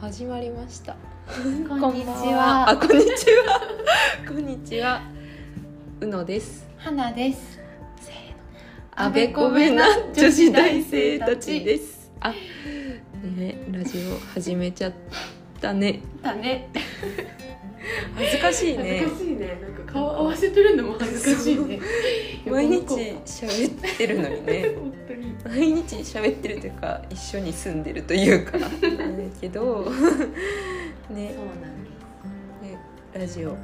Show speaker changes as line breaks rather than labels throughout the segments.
始まりました
こんにち
あ
は。
こんにちは こんにちはうのです
花です。
せーのあべこべな女子大生たちですあねラジオ始めちゃったね
だね。
恥ずかしい
恥
ね
ずかしいね。なんか顔合わせてるのも恥ずかしいね。
毎日
横の
喋ってるのにね
子。本当に。
毎日喋ってるというか一緒に住んでるというかなんだけど ね
そうなんで
ねラジオ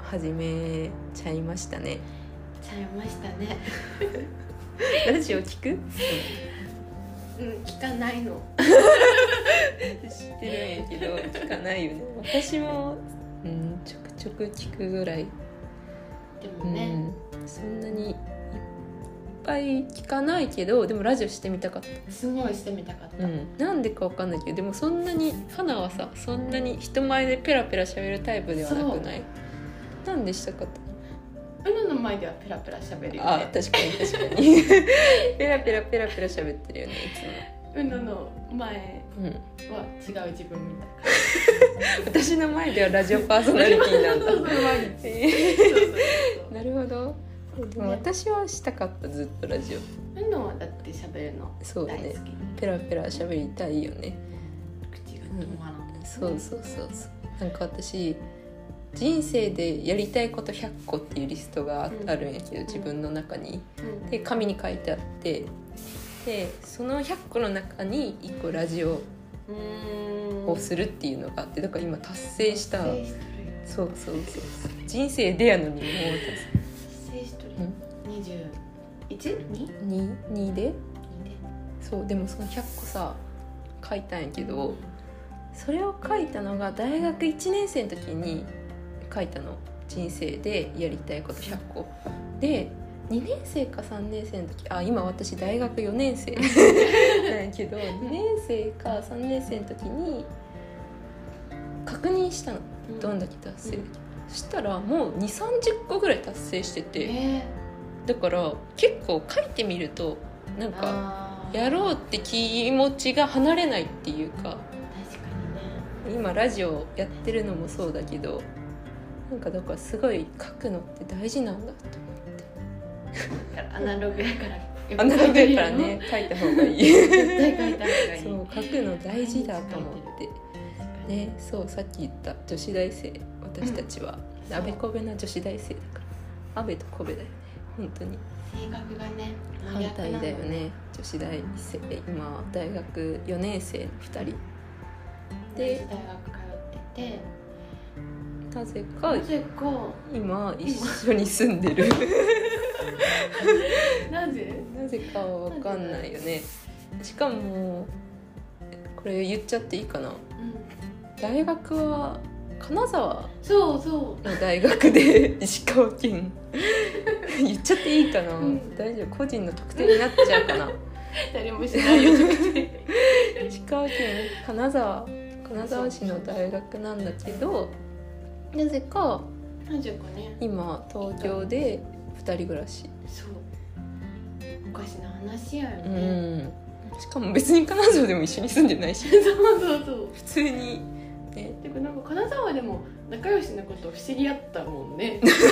始めちゃいましたね
す。ちゃいましたね。
ラジオ聞く
うん、聞かないの。
知ってるんやけど聞かないよね私も、うん、ちょくちょく聞くぐらい、
で
う
も
ん
ね。
そんなにいっぱい聞かないけどでもラジオしてみたかっ
すごいしてみたかった。
た、なんでかわかんないけどでもそんなに花はさそんなに人前でペラペラ喋るタイプではなくないなんでしたかった
うのの前ではペラペラ喋るよ
あ
ね。
確かに確か にペラペラペラペラ喋ってるよね
うのの前
いつも、うん、
は違う自分みたいな。
私の前ではラジオパーソナリティなんだ
そうそう毎日。
え
そうそう
ー なるほどでも私はしたかったずっとラジオ
そう。うのはだって喋るの
そうだ
大好
ね
き。
ペラペラ喋りたいよね
口が止まらない。
そうそうそうそうなんか私人生でやりたいこと100個っていうリストがああるんやけど自分の中に
うん
で紙に書いてあってでその100個の中に1個ラジオ
うーん
をするっていうのがあってだから今達成した
達成しとるよ
そうそうそうそう人生でやのにもう
達成しとるよ二十一二
達成 2, 2でそうでもその100個さ書いたんやけどそれを書いたのが大学1年生の時に書いたの人生でやりたいこと100個で2年生か3年生の時あ今私大学4年生なんやけど2年生か3年生の時に確認したのどん
だ
だけ達成できる、そしたらもう2 3 0個ぐらい達成してて、
え
だから結構書いてみるとなん
ー、
か
あー
やろうって気持ちが離れないっていうか
確かにね
今ラジオやってるのもそうだけどなんかだからすごい書くのって大事なんだと
だからアナログやから
アナログやからね書いた方がいい
絶対書いた方がいい
そう書くの大事だと思ってねそうさっき言った女子大生私たちは、
うん
あべこべな女子大生だからあべとこべだよね本当に
性格がね
反対だよね女子大生今大学4年生の2人
で
で
大学通ってて
なぜか
なぜか
今一緒に住んでる
なぜ
なぜかは分かんないよねしかもこれ言っちゃっていいかな
うん
大学は金沢
そうそ
の大学で 石川県言っちゃっていいかな、
うん
大丈夫個人の特典になっちゃうかな
う誰もし ないよ
石川県金沢金沢市の大学なんだけどなぜか
なぜかね
今東京で2人暮らし、
そうおかしな話やよ
う
ね、
ん、しかも別に金沢でも一緒に住んでないし
そうそうそう
普通にね
てかなんか金沢でも仲良しのことを不思議やったもんね
仲良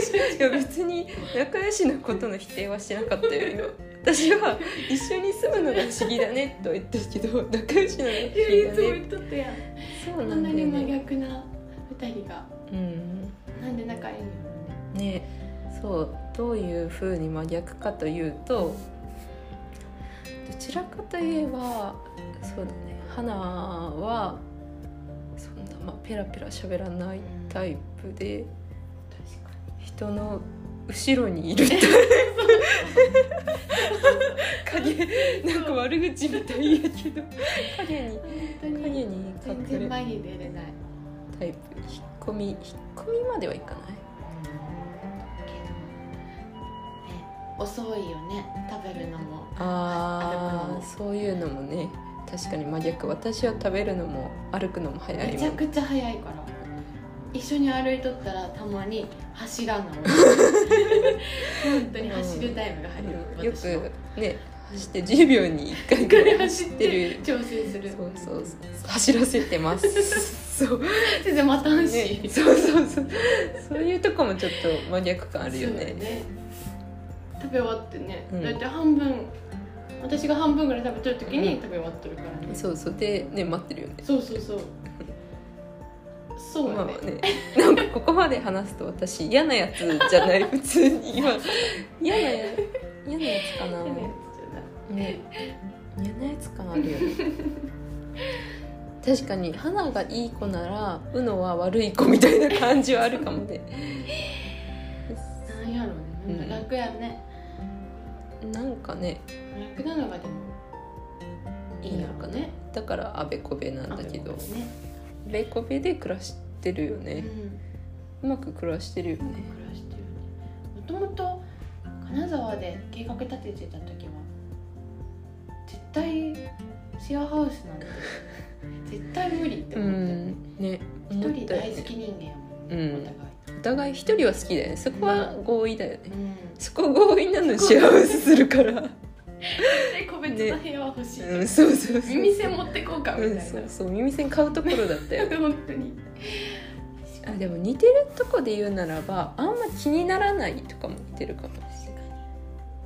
し いや別に仲良しのことの否定はしてなかったよ今私は一緒に住むのが不思議だねと言ったけど仲良しなのが不思議
いつも
だね
言っとったやん
そう
こ
なんん
な
だ
に
よ
真
ね
逆な2人が
うん
なんで仲いいのね
ねそうどういうふうに真逆かというとどちらかといえばそうだね花はそんな、まあ、ペラペラ喋らないタイプで
確か
人の後ろにい るタイプ影なんか悪口みたいやけど影に
に本当
影
に
に
全
隠
然
れ
前に出れない
タイプ引っ込み引っ込みまではいかない
けどね遅いよね食べるのも
あ
歩くのも
あそういうのもね確かに真逆私は食べるのも歩くのも早い
め
も
ちゃ
ん
くちゃ早いから一緒に歩いとったらたまに 走らない本当に走るタイムが入る、
よ
私は
くね走って10秒に1回ぐ
ぐ
ら
ら
い
い
走
走
っ
ってて
る
る調整す
そ
る
うそうそう走らせてます そう,、
全然待たんし、
ね、そうそうそうそういうとこもちょっとマニアック感あるよ
そうだ
ね
食べ終わってね、
うん
だいたい半分私が半分ぐらい食べてる時に食べ終わってるからね、そ
そうそうでね待ってるよね
うそうそうそう
ま
や
あ
ね,、
ね、なんかここまで話すと私嫌なやつじゃない普通に今 嫌なや嫌なやつか
でね
なね嫌なやつ感あるよね確かに花がいい子ならうのは悪い子みたいな感じはあるかもね
なんやろうねなんか楽やね、
なんかね
楽なのがでもいいのかね
だからあべこべなんだけど
あとね、
あべこべで暮らしてるよ
う
ね
ん、
うまく暮らしてるよね
暮らしてるねもともと金沢で計画立ててた時は絶対シェアハウスなん て絶対無理って
う
思ってた
んね
一
思
人
ったよ
大好
ね
き人間やもんね、
うん
お互い、
お互い一人は好きだよねそこは合意だよね
うん、
そこ合意なの幸せする から、
で個別の部屋は欲しい、
うん、そうそうそう
耳栓持ってこうかみたい
うん、
な、
そうそう耳栓買うところだったよ
本当に
あでも似てるとこで言うならばあんま気にならないとかも似てるかも
確か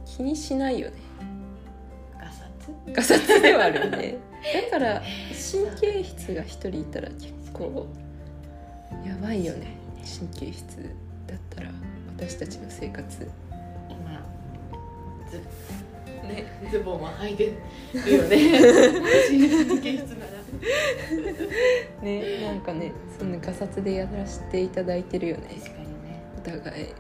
気にしないよね
にガサツ
ガサツではあるよねだから神経質が一人いたら結構やばいよね神経質だったら私たちの生活
今
ね
ズボンは履いてるよね神経質なら
ねなんかねそんなガサツでやらせていただいてるよね
確かにね
お互い、
あ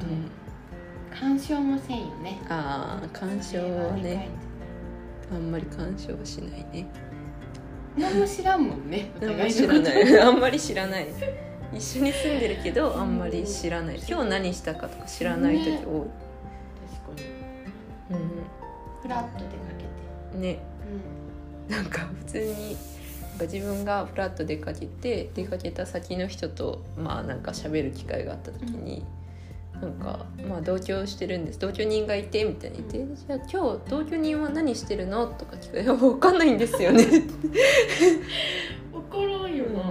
う
と
ん、
干渉もせんよね
ああ干渉はねあんまり干渉はしないね
何も知らんもんねお
あんま
互
り知
いのこ
ら
と
ない。あんまり知らない。一緒に住んでるけど、あんまり知らない。今日何したかとか知らない時多い。
確かにフラッと出かけて
うん、ね、なんか普通に。なんか自分がフラッと出かけて出かけた先の人とまあなんか喋る機会があった時に、なんかまあ同居してるんです同居人がいてみたいに言って「じゃあ今日同居人は何してるの?」とか聞かれて「分かんないんです よね」
うん怒らんよな、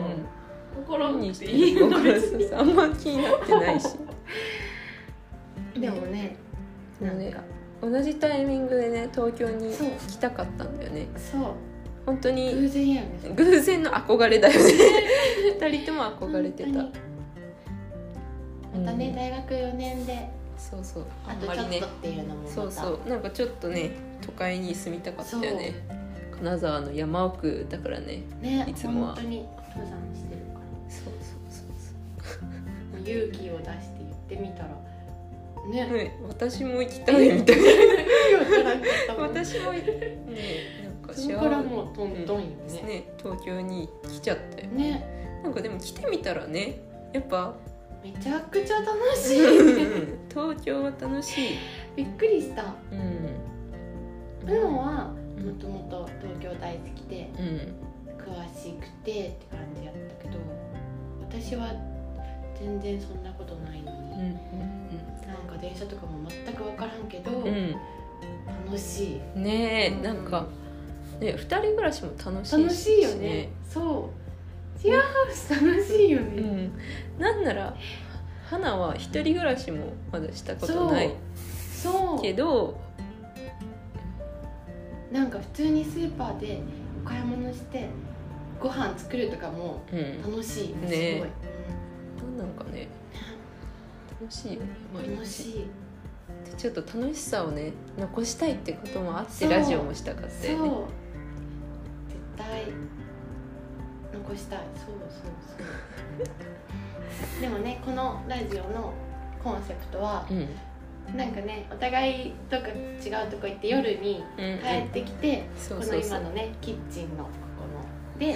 怒らん
何
に
し
してて
る
いいの
の
別に
あんま気になってないし。
でもね
なんか同じタイミングでね東京に
そう
来たかったんだよね
そう
本当に
偶然やね
偶然の憧れだ よね二人とも憧れてた
本当にまたね、
うん
大学4年で
そうそうあ
あ
ん
と
ま
ちょ
り
っ
ね
とっていうのもまた
そうそうなんかちょっとね都会に住みたかったよね金沢の山奥だからね
ね
いつもは
本当に登山してるか
そうそうそう
ら勇気を出して言ってみたら
そう、
ね、
ね、私も行きたいみたいな
意味わからんかったもん
私もねなんか
そ
幸
こから
せ
もうトントンよ
です
ね,、
ね東京に来ちゃったよ
ね
なんかでも来てみたらねやっぱ
めちゃくちゃ楽し い
東京は楽しい、
びっくりした
うん、
うのは
うん
もともと東京大好きで
うん
詳しくてって感じやったけど私は全然そんなことないのに、なんか電車とかも全く分からんけど、
うん
楽しい
うんねえなんかね二人暮らしも楽しいし
楽しいよねそうシェアハウス楽しいよ
う
ね、
んなんなら花は一人暮らしもまだしたことない
そ
けど
うなんか普通にスーパーでお買い物してご飯作るとかも
うん
楽しい、
ね
すごい、
なんなんかね楽しいよね
うん、楽
い
しい
ちょっと楽しさをね残したいってこともあって
そう
ラジオもしたかった
そう
よね
絶対残したいそうそうそうでもねこのラジオのコンセプトは
うん
なんかねお互いとか違うとこ行って夜に
うんうん
帰ってきて、
そう
こ
そ
の
うそ
今
う
のねキッチンのここの で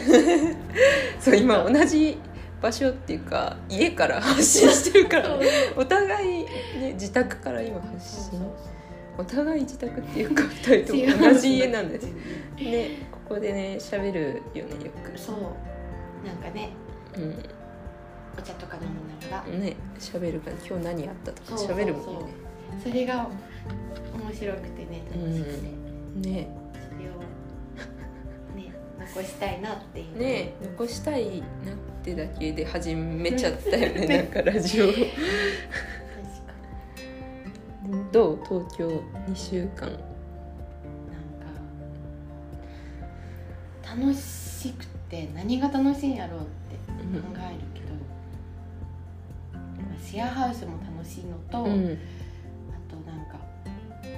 そう今同じ場所っていうか家から発信してる から、ね、お互い、ね、自宅から今発信お互い自宅っていうか2人とも同じ家なんですねここでね喋るよねよ
そうなんかね
く、う
お茶とか飲みながら
ん、ね喋るから今日何あったとか
そうそうそう
喋るもんね
それが面面白くてね楽しくて、
ね
それをね残したいなっていう
ね残したいなってだけで始めちゃったよ
うん
ねなんかラジオ
確か
どう東京2週間
なんか楽しくて何が楽しいんやろうって考
う
えるけど、まあシェアハウスも楽しいのと、
ん、う
あ
ん、
となんかやっ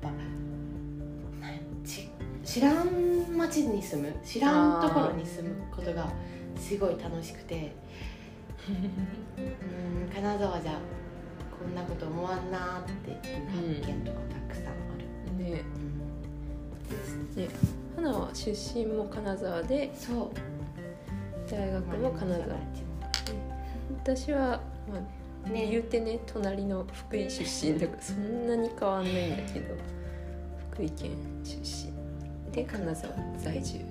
ぱなんやち知らん町に住む知らんところに住むことがすごい楽しく てうん金沢じゃこんなこと思わんなーっていう発見とかたくさんある。
ね
うん
で花は出身も金沢で
そう
大学も金沢私は、まあ
ね
言うてね隣の福井出身だ からそんなに変わんないんだけど福井県出身で金沢在住で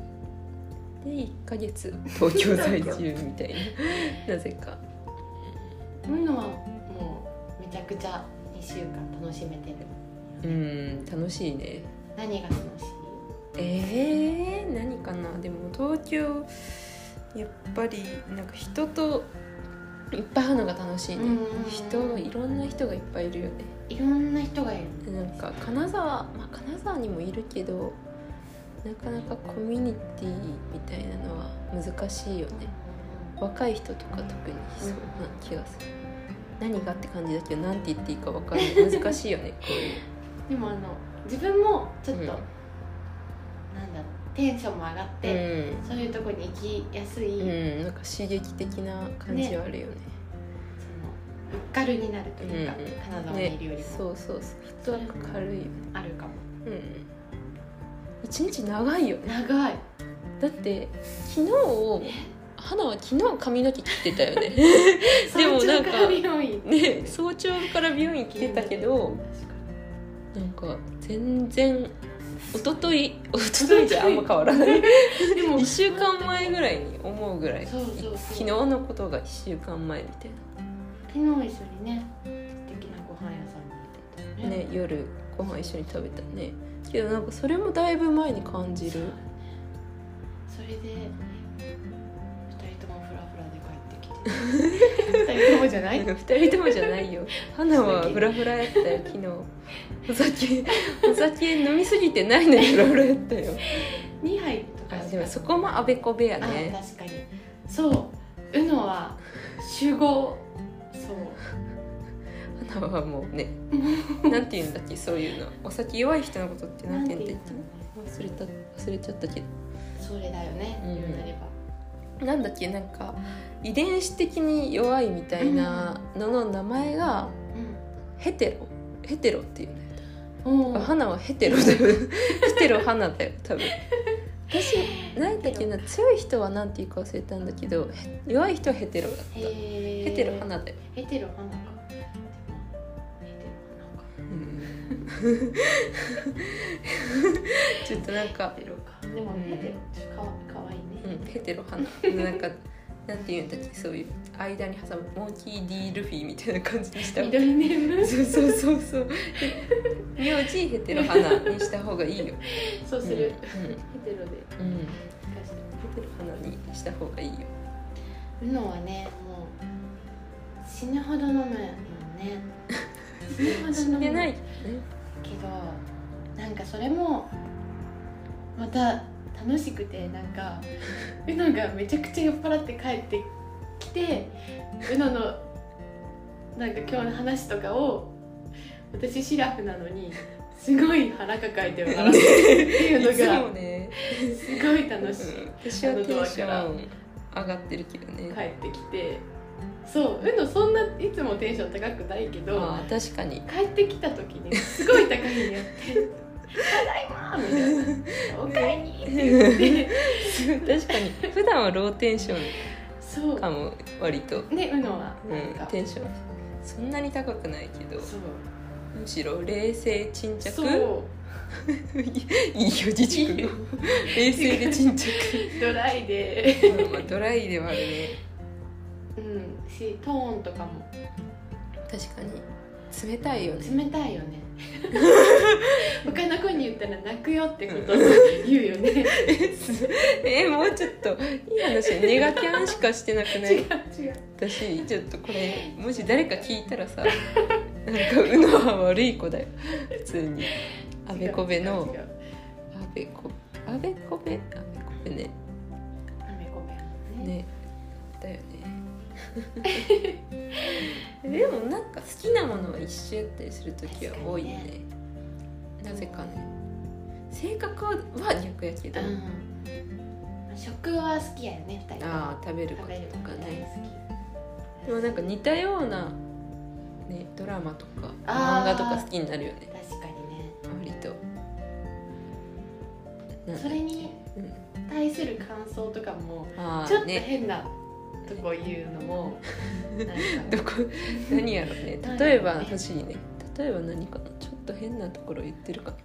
1ヶ月東京在住みたい ななぜか
そういうのはもうめちゃくちゃ2週間楽しめてる
うん楽しいね
何が楽しい
えー、何かなでも東京やっぱりなんか人といっぱい会うのが楽しいね人がいろんな人がいっぱいいるよね
いろんな人がいる
でなんか金沢、まあ、金沢にもいるけどなかなかコミュニティみたいなのは難しいよね若い人とか特にそうな気がする何がって感じだけど何て言っていいか分かんない難しいよねこういう
でもあの自分もちょっと、
うん
なんだろうテンションも上がって、そういうとこに行きやすい、
うん、
その
うん、なんか刺激的な感じはあるよね
うっかるになるというか、
うんうん
金沢にいるよ
ね
りも
そうそうそう人は軽いよね
あるかも、
うん一日長いよね
長 い
だって昨日花は昨日髪の毛切ってたよねでもなんか
早朝ら美容院
ね早朝から美容院行ってたけどなんか全然一昨日一昨日じゃあんま変わらない
確かにでも
1週間前ぐらいに思うぐらい
そうそうそう
昨日のことが1週間前みたい
昨日一緒にね素敵なご飯屋さんに行ってた
な、ね、夜ご飯一緒に食べたねけどなんかそれもだいぶ前に感じる
それで二人ともフラフラで帰ってきて二人ともじゃない
2人ともじゃない よ花はフラフラやったよ昨日お酒お酒飲みすぎてないのにフラフラやったよ
二杯とか
あ
しか
でもそこもあべこべやね
あ確かにそううのは集合そう
花はもうね なんて言うんだっけそういうのお酒弱い人のことってなんて言うんだっ
の
け忘れた忘れちゃったけ
それだよね、
うん
言うなれば
どなんだっけなんか遺伝子的に弱いみたいなのの名前がヘテロヘテロっていうね
うん、うん、
花はヘテロだよ ヘテロ花だよ多分私何だっけな強い人は何て言うか忘れたんだけどへ弱い人はヘテロだったヘ
へ
テロ花だよ、
ヘテロ花かでもヘテロ花か
うん ちょっとなんか
ヘテロかでもヘテロちょっとかわかわいいね、
うん、ヘテロ花なんかなんていうんだっけそういう間に挟むモンキー・ D ・ルフィみたいな感じにした方が
緑ネーム
そうそうそうそう名字ヘテロ花にした方がいいよ
そうする、ヘテロで
うん、うんうん、ヘ
活かし
テ
て
ロ花にした方がいいよ
うのはねもう死ぬほど飲むよね
死
死ぬほど飲む
んでないね
けどなんかそれもまた楽しくてなんかうのがめちゃくちゃ酔っ払って帰ってきてうののなんか今日の話とかを私シラフなのにすごい腹抱えて笑ってるって
い
いう
つ
の
も
が
ね
すごい楽しい。
うん私はテンション上がってるけどね、
帰ってきてそううのそんないつもテンション高くないけど
まあ確かに
帰ってきた時にすごい高いにやって「ただいま!」みたいな「おかえり!」って言って
確かに普段はローテンショ
そ
ンか
う
も割と、
ねうのは
う
なん
ん、
か
テンションそんなに高くないけど
そう
むしろ冷静沈着
そ
いい よ自
いい
粛
よ
冷静で沈着
うドライで
まあドライではあるね
うんしトーンとかも
確かに冷たいよね
冷たいよね他の子に言ったら泣くよってことを言うよね
えもうちょっといい話ネガキャンしかしてなくな
違
い
う違う
私ちょっとこれもし誰か聞いたらさなんかうのは悪い子だよ普通にあべこべの
違う違う
あべこあべこべあべこべね
あべこべね
ねだよね でもなんか好きなものは一周ってする時は多いよねなぜかね性格は逆やけ
う
ど、
ん食は好きやよね二人とも
ああ食べるこ
食べる
と
の
とか
が大
ね
好き
でもなんか似たような、ね、ドラマとか
あ
漫
ー
画とか好きになるよね
確かにね
割となん
それに
うん
対する感想とかも
あ
ちょっ
あ
と
ね
変なとこ言うのもなんか
どこ何やろうね例えば
何やろうね
欲しいね例えば何かなちょっと変なところ言ってるかな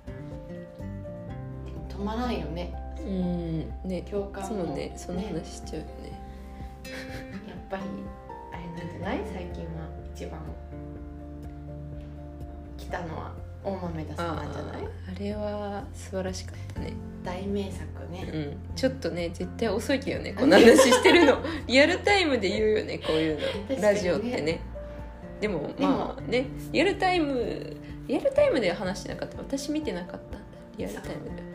止まらんよね
うんね
共感
そう
も
ねその話しちゃうよね
やっぱりあれなんじゃない最近は一番来たのは大豆田さんなんじゃない
あーあれは素晴らしかったね
大名作
う
ね
んちょっとね絶対遅いけどねこんな話してる のリアルタイムで言うよねこういう
かに
の
ね
ラジオってねでも
でも
まあねリアルタイムリアルタイムでは話してなかった私見てなかったんだリアルタイムで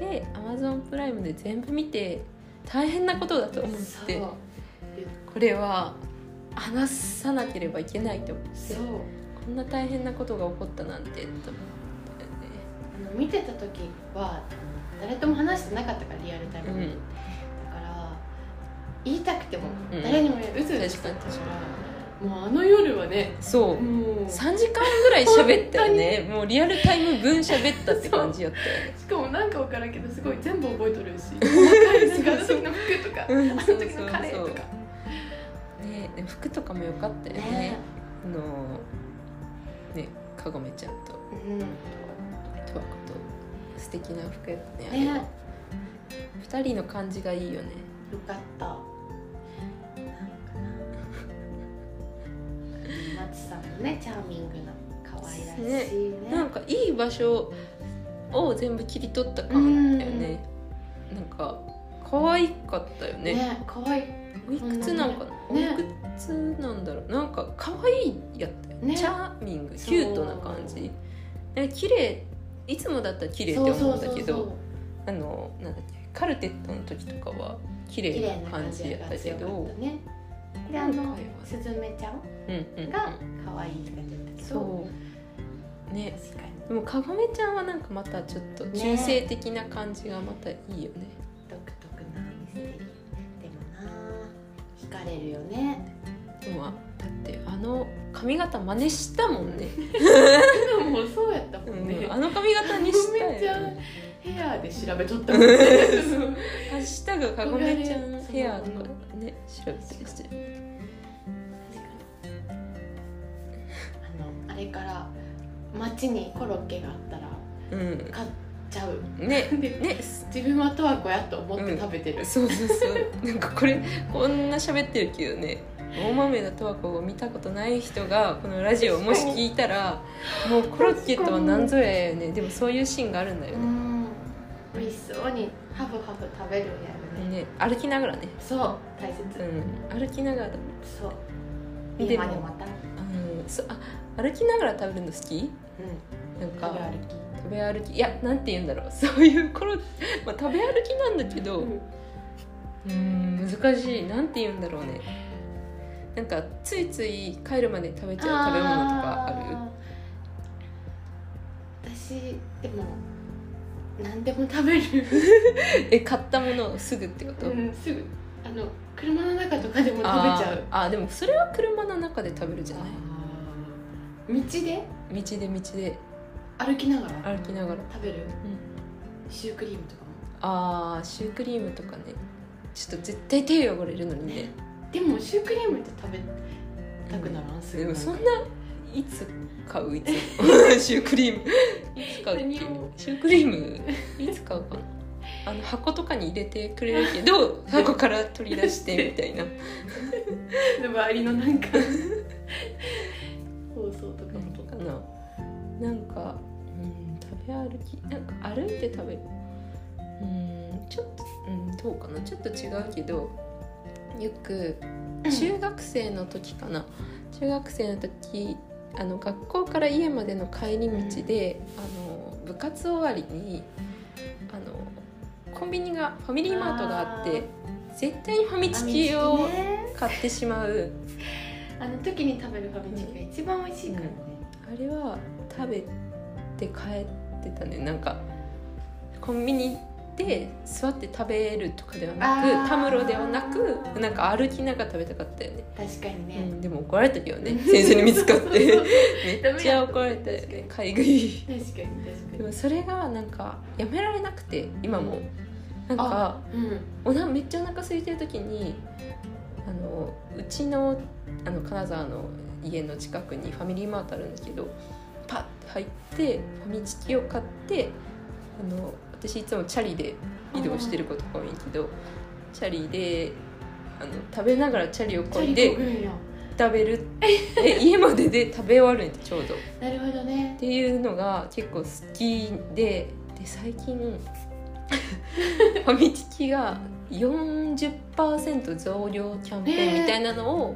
で Amazon プライムで全部見て大変なことだと思っ
そう
てこれは話さなければいけないと思って
そう
こんな大変なことが起こったなんてと思ったよね
あの見てた時は誰とも話してなかったからリアルタイムで、
うん
だから言いたくても
うん
誰にも言ううずうずしてたか
確から
もうあの夜はね
そう
もうし
3時間ぐらい喋ったよねもうリアルタイム分喋ったって感じやっ
かもなんか分からんけどすごい全部覚えと るし細かいなんかあの時の服とか
たよね
あの時のカレーとか
ねでも服とかも良かったよね
ね
あのねかごめちゃんと
うん
とわこと素敵な服やったねあれ
ね
は2人の感じがいいよね
よかったなんかなマチさんもねチャーミングな可愛らしいね
なんかいい場所を全部切り取った感だったよねなんか可愛かったよね
ね可愛い
おいくつなんかな、
こんなね
おいくつなんだろうなんか可愛いやったよ、
ね
チャーミング
そう
キュートな感じなんか綺麗いつもだったら綺麗って思うんだけどあのなんだっけカルテットの時とかは綺
綺麗
麗な
な
感
感じ
じや
や
っ
ったた
け
け
ど
どねであ
今回
の
は
スズメちゃん
うんうんうん
が可愛いって感じだったけど
そうね
確かに
でもかごめちゃんはなんかまたちょっと中性的な感じがまたいいよね
独特なミステリーでもな惹かれるよね
でもだってあの髪型真似したも んね、
でもそうやったも
うんあの髪型にしたよ、
めちゃん
ね、
ヘアで調べとったもんね
ハッシュタグかごめちゃんのヘアとかね調べたりしてる
あのあれから街にコロッケがあったら
う
買っちゃうん
ね
で
ね
自分は十和子やと思って食べてる、
そうそうそうなんかこれこんな喋ってるけどね大豆田十和子を見たことない人がこのラジオをもし聞いたらもうコロッケとは何ぞやよねでもそういうシーンがあるんだよ
う
ね
ん美味しそうにハフハフ食べるんやよね
ね歩きながらね
そう大切、
うん歩きながら食べる
そう
でも
今でまた、うん、
うんそあ歩きながら食べるの好きなんか
食べ歩き、
食べ歩きいやなんて言うんだろうそういうコロ、まあ、食べ歩きなんだけど、うーん難しいなんて言うんだろうねなんかついつい帰るまで食べちゃう食べ物とかあ
あー私でも何でも食べる、
るえ買ったものをすぐってこと、
うん、すぐあの車の中とかでも食べち
あー
ゃう
あーでもそれは車の中で食べるじゃない
あー道で
道で道で
歩きながら
歩きながら
食べる、シュークリームとかも
あーシュークリームとかねちょっと絶対手汚れるのにね
ねでもシュークリームって食べたくならんすぐ
でもそん
な
なん
か
いつ買ういつ シュークリームいつ買うっけ
何を
シュークリーム いつ買うかなあの箱とかに入れてくれるけど 箱から取り出してみたいな
周りのなんか 放送とかも撮っ
か
て
ななんか、うん、食べ歩きなんか歩いて食べるうんちょっと、うん、どうかなちょっと違うけどよく中学生の時かな、中学生の時あの学校から家までの帰り道で、あの部活終わりにあのコンビニがファミリーマートがあって絶対にファミチキを買ってしまう
あの時に食べるファミチキが一番美味しいからね、
あれは食べて帰ってたねなんかコンビニで座って食べるとかではな
あー
くたむろではなくなんか歩きながら食べたかったよね、
確かに
う
ね、
ん、でも怒られたけど ね先生に見つかって
そうそう
めっちゃ怒られたよね買い食い
そう確かに確か
で
に
もそれがなんかやめられなくて今もなんか
うん
おなめっちゃお腹空いてる時にあのうちのあの金沢の家の近くにファミリーマートあるんだけどパッて入ってファミチキを買ってあの私いつもチャリで移動してることが多いけどチャリであの食べながらチャリをこ
チャ
い
リ
で
こぐんよ
食べるえ家までで食べ終わるんでちょうど。
なるほどね
っていうのが結構好きでで最近 ファミチキが40%増量キャンペーンみたいなのを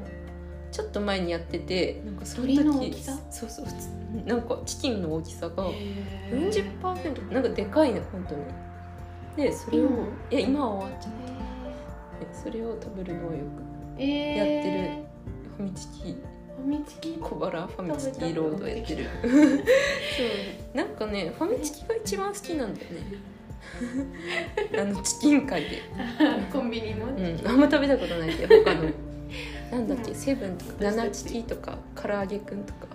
ちょっと前にやってて、なんかそ
鳥の大きさ
そうそうなんかチキンの大きさが
へー
40%なんかでかいね本当にでそれを、
今も
いや今は終わっちゃってそれを食べるのをよ
えー
やってくファミチキ
ファミチキ
小腹ファミチキロードやってるそうなんかねファミチキが一番好きなんだよねあのチキン界で、
コンビニも、
うん、あんま食べたことないけど他のなんだっけ
うん
セブンとか
私たち
七チキとか唐揚げくんとか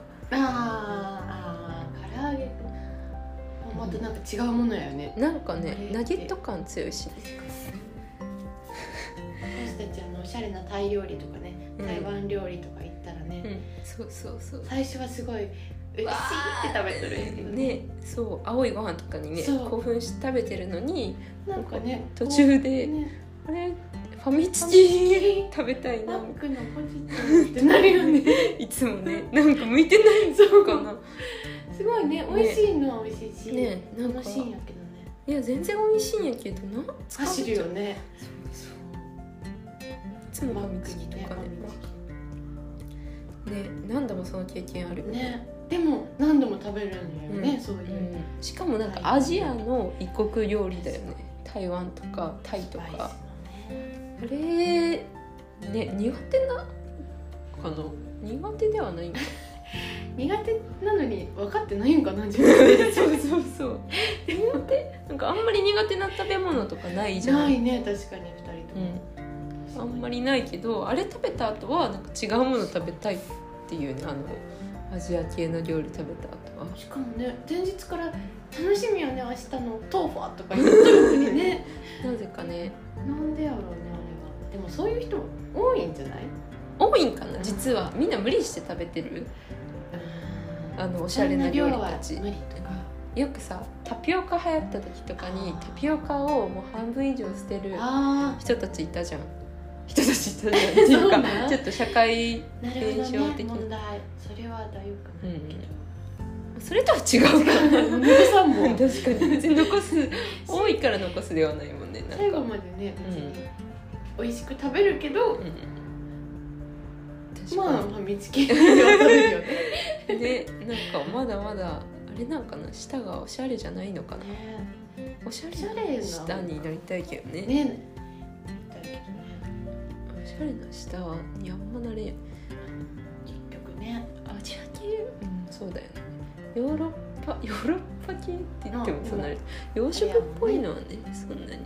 あーあー唐揚げあまたなんか違うものやよね
なんかね
うん
ナゲット感強いし
私たちあのおしゃれなタイ料理とかね、
うん
台湾料理とか行ったらね、
うんそうそうそう
最初はすごい嬉しいって食べとるんやけど
ねそう青いご飯とかにね
そう
興奮して食べてるのに
なんかね
途中で
ね
あれファミチ
ファミ
キ
チキ
食べたい
マ
な
ックのポジティブってなるよね
いつも ねなんか向いてないん
そう
かな
すごいね
ね
美味しいのは美味しいし、
ねなんか
楽しいんやけどね
いや全然美味しいんやけどな疲れ
走る
ちゃ
よ
う
ね
いつも
マ
ファ
ッ
ミ
ク
チ
に
キと
ね
か
マ
ね
ック
ね何度もその経験ある、
にねでも何度も食べるんだよね、
うん
そういうう、
ん、しかもなんかアジアの異国料理だよね台湾とかタイと
スパイ
か
スのね
あれね苦手なかな苦手ではないんか
苦手なのに分かってないんかな自分 で
そうそうそう苦手なんかあんまり苦手な食べ物とかないじゃ
な
ない
いね確かに二人とも、
うん、あんまりないけどあれ食べた後はなんか違うもの食べたいっていうねあのアジア系の料理食べた後は
しかもね前日から楽しみよね明日のトーファーとか言ってるのにね
なぜかね
なんでやろうねあれはでもそういう人多いんじゃない
多いんかな実はみんな無理して食べてるあのおしゃれな料理たち
そんな量は無理とか
よくさタピオカ流行った時とかに
あー
タピオカをもう半分以上捨てる
あ
人たちいたじゃん人たちいたじゃんっていう
そう
か
なん
ちょっと社会
あなるほ
現象
どね
的な
問題それはだいぶかな
それとは違うか
いけど皆さん
ら確
も
かに別に残す多いから残すではないもんねなん
最後
か、
までね別に美味しく食べるけど
うん、確
まあ
か
ファミチキを食べるよね
に、でなんかまだまだあれなんかな舌がおしゃれじゃないのかな
ね
おしゃ
おしゃ
れ
れ
な
な
舌になりたいけどね
ねだけどね
おしゃれな舌にあんまなれん
結局ね
アジア系うんそうだよねヨーロッパ ヨーロッパ系って言ってもそんなに洋食っぽいのはねそんなに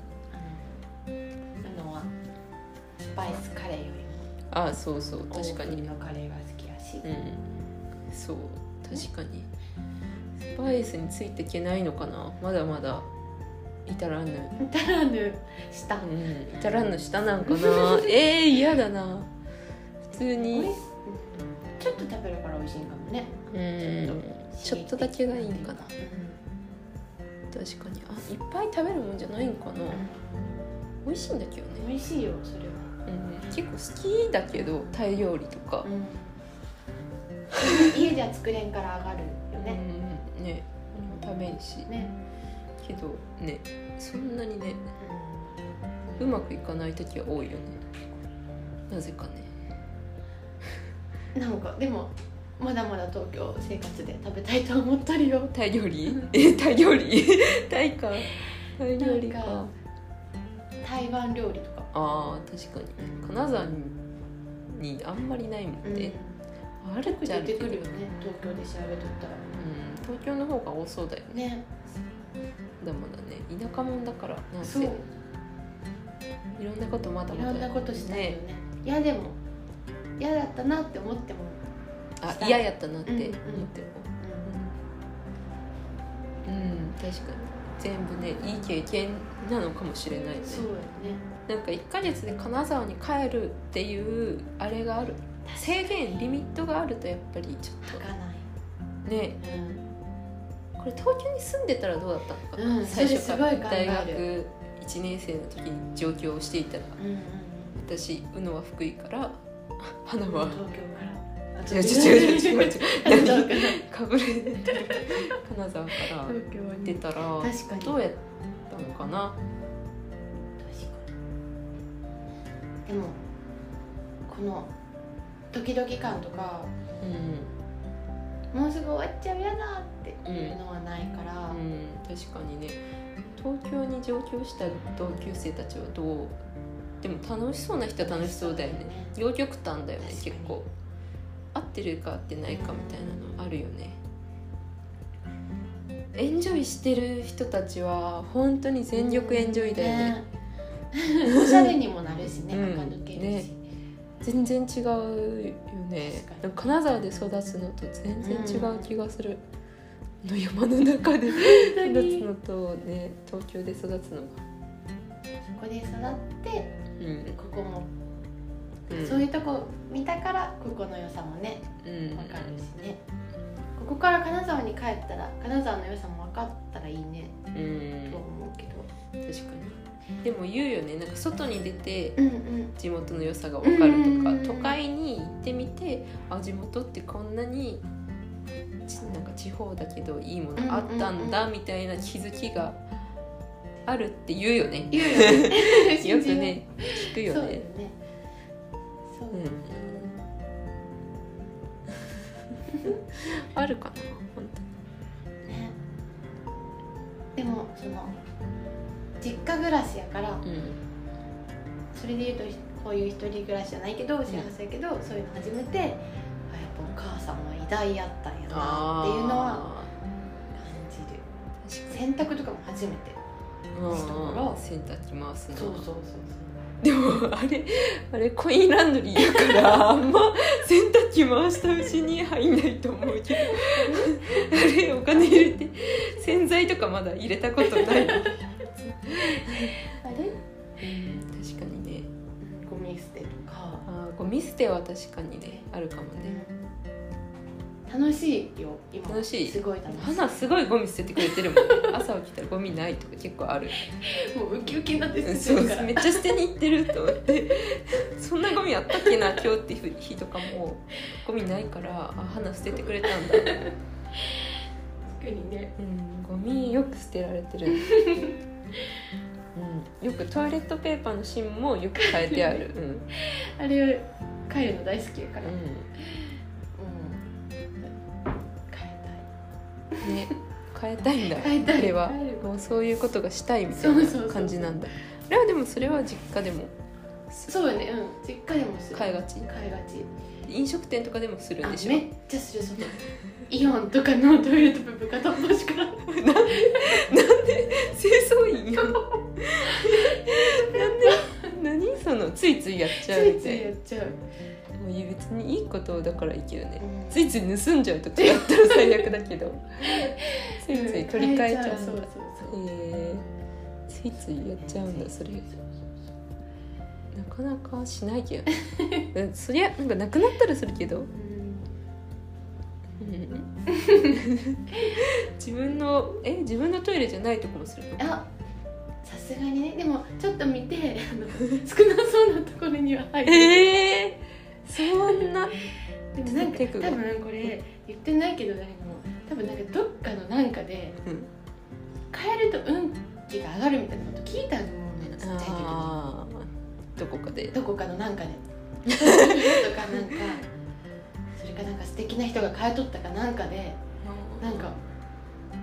あのはスパイスカレーよりも
ああそうそう
オ
確
ー
か
ブ
に
ンのカレーが好きやし、
うんそう確かにスパイスについていけないのかなまだまだ至らぬ、
至らぬした、
うん、至らぬ舌なんか なえー、嫌だな普通
おい
に
ちょっと食べるから美味しいんかもね
うんちょっとだけがいいんかな
う
確かにあいっぱい食べるもんじゃないんかなん美味しいんだけどね、
美味しいよそれは、
うん、結構好きだけどタイ料理とか、
家では作れんから上がるよね、
うんねめんし
ね、
けどねそんなにねうまくいかない時は多いよねなぜかね
なんかでもまだまだ東京生活で食べたいと思っとるよ
タイ料理 えタイ料理タイかタイ料理か
なんか台湾料理とか、
あー確かに金沢にあんまりないもんね、あるっちゃあ
出
るけ
てく
ど、う
る
ん
よ、ね東京で調べとったら
東京の方が多そうだよね
ね
だもんだね田舎もんだからなん
そ
せ
う
いろんなことまだ
い
まだ
ろんなことしたいよねいやでも嫌だったなって思っても、
あ
したい
嫌やったなって思っても、
うん
うん、確かに全部ねいい経験なのかもしれないね
そうよね
なんか1ヶ月で金沢に帰るっていうあれがある制限リミットがあるとやっぱりちょ
吐かない、
っとね
うん、
これ東京に住んでたらどうだったのかな、
うん
最初か
そ
ら
れすごい考
大
える
学1年生の時に上京していたら
うんうん
私宇野は福井から花
うん、
は
東京からあ
違う違う違う違う違う
東 京
何
から
かぶれて金沢から
東京
出
に
たら
確かに
どうやったのかな
でもこのドキドキ感とか
うん、
もうすぐ終わっちゃうやだっていうのはないから、
うん、確かにね東京に上京した同級生たちはどうでも楽しそうな人は楽しそうだよね両極端だよね
確かに
結構合ってるか合ってないかみたいなのあるよねエンジョイしてる人たちは本当に全力エンジョイだよね
ね おしゃれにもなるしね、
うん
垢抜けるし、
全然違うよね
確かに
でも金沢で育つのと全然違う気がする、あの山の中で
当
育つ
に
のとね東京で育つのが
そこで育って
うん
ここも、
うん
そういうとこ見たからここの良さもね
うん
わかるしねここから金沢に帰ったら金沢の良さも分かったらいいね
うん
と思うけど
確かにでも言うよねなんか外に出て
うんうん
地元の良さが分かるとか、
うん
都会に行ってみてあ地元ってこんなにちなんか地方だけどいいものあったん
う
だ
ん
みたいな気づきがあるって言う よね、
言うよね
よくね聞く
信じよう
よ
そうだよ
ね
ねそう
う
だよね
んあるかな本
ねでもその実家暮らしやから
当うん
それで言うとこういう一人暮らしじゃないけど幸せやけど、そういうの初めてあやっぱお母さんは偉大やったんやなっていうのは
あ
感じる
ー確か
洗濯とかも初めて
にうん
したから
洗濯機回すの
そうそう
でもあれあれコインランドリーやからあんま洗濯機回したうちに入んないと思うけどあれお金入れて洗剤とかまだ入れたことない確か
あれ
にね
ゴミ捨てとか、
あーゴミ捨ては確かにねあるかもね
楽しいよ今
楽しい
すごい楽し
花すごいゴミ捨ててくれてるもんね朝起きたらゴミないとか結構ある
いもうウキウキになって
うん
捨
そ
て
う
るから
めっちゃ捨てに行ってると思ってそんなゴミあったっけな今日っていう日とかもゴミないからあ花捨ててくれたんだ
確かにね
うん、ゴミよく捨てられてる、うん、よくトイレットペーパーの芯もよく変えてある、うんうん、
あれ帰るの大好きやからうん変
ね変えたいんだ
えたい変えたい
あれは
変える
もうそういうことがしたいみたいな
そうそうそう
感じなんだあれはでもそれは実家でも
そうよねうん実家でもする
買いがち
買いがち
飲食店とかでもするんで
あ
しょ
めっちゃするそのイオンとかのトイレットペーパー片っ端から
清掃員やんなんで何そのついついやっちゃう
つい
み
つ
たい
い
な
やっちゃう、
もういや別にいいことだからいけるね
うん
ついつい盗んじゃうとかやったら最悪だけど ついつい取り替えちゃう
そ
んだ
うそうそう
えー、ついついやっちゃうんだそれなかなかしないけど うんそりゃなんかなくなったらするけど、
うん
うん 自分のえ自分のトイレじゃないとこもするの
あさすがにねでもちょっと見てあの少なそうなところには入る、
えー、そんな
でもなんか
テク
多分これ言ってないけど誰も多分なんかどっかのなんかで
うん
変えると運気が上がるみたいなこと聞いたのもねちっちゃい時に
あーどこかで
どこかのなんかで、ね、 とかなんかそれかなんか素敵な人が変えとったかなんかでなんか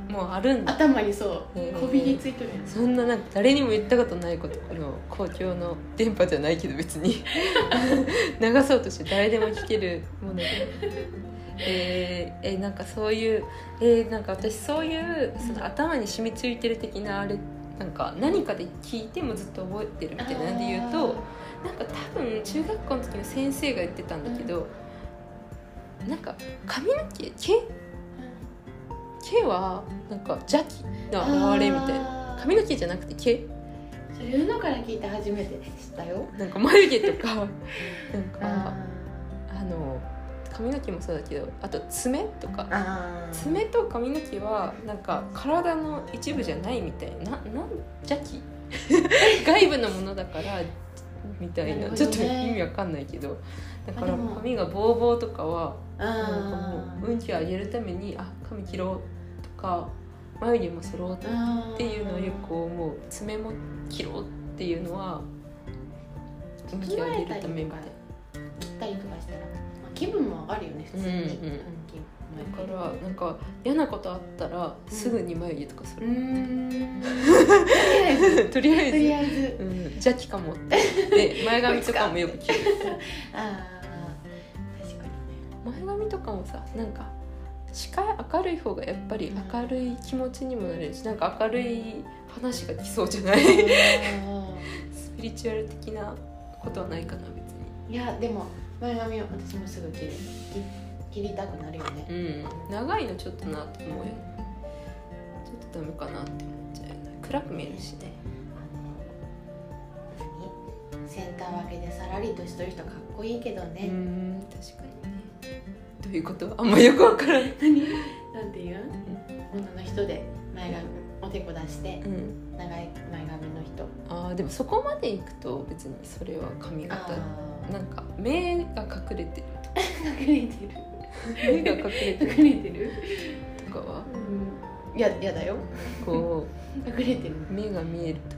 もうあるんだ
頭にそう
へー
こびりついとるやん
そんななんか誰にも言ったことないことこの公共の電波じゃないけど別に 流そうとして誰でも聞けるもので。えーえなんかそういうえーなんか私そういうその頭に染みついてる的なあれなんか何かで聞いてもずっと覚えてるみたいなんで言うとなんか多分中学校の時の先生が言ってたんだけど、なんか髪の毛毛毛はなんか邪気の流れみたいな
な
髪の毛じゃなくて毛
それうのから聞いて初めて知ったよ
なんか眉毛と かなんか
あ
あの髪の毛もそうだけどあと爪とか
あ爪
爪と髪の毛はなんか体の一部じゃないみたいななん邪気 外部のものだからみたいな
なるほ
ち
ど
ょっと
ね
意味わかんないけどだから
あでも
髪がボーボーとかはなんか
あ
もう運気を上げるためにあ髪切ろうとか眉毛も剃ろうとか
ー
っていうのをよく思う爪も切ろうっていうのは運気を上げるためみたいな。
切ったりとかしたら、まあ、気分も上がるよね普
う
通に、
んうん
気
だか
分も上がる
らなんか嫌なことあったら
うん
すぐに眉毛とかす
う
る、
ーん
とりあ
と
え
り
ず
あえず
うん、邪気かもってで前髪とかもよく切る
あー確かにね
前髪とかもさなんか視界明るい方がやっぱり明るい気持ちにもなれるしなんか明るい話が来そうじゃないスピリチュアル的なことはないかな別に
いやでも前髪を私もすぐ切る切切りたくなるよね
うん、長いのちょっとなって思うよちょっとダメかなって思っちゃうよね暗く見えるしね
あの何センター分けでさらりとしとる人かっこいいけど
うー
ね、
ん確かにねどういうことあんまよくわからない、
なんていうん女の人で前髪おでこ出して
うん、
長い前髪の人
あーでもそこまでいくと別にそれは髪
あ
型なんか目が隠れて る
ー隠れてる
目が隠れてる
隠れてる、
とかは
いややだよ
こ
隠れてる
う目が見える と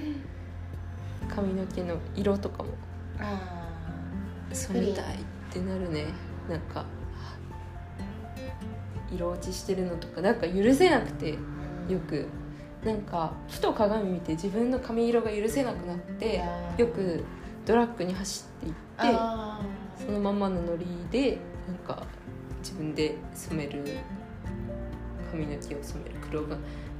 か髪の毛の色とかも
あ
染めたいってなるねなんか色落ちしてるのとかなんか許せなくてよ
あ
くなんかふと鏡見て自分の髪色が許せなくなってよくドラッグに走っていって
あ
そのまんまのノリでなんか自分で染める髪の毛を染める黒が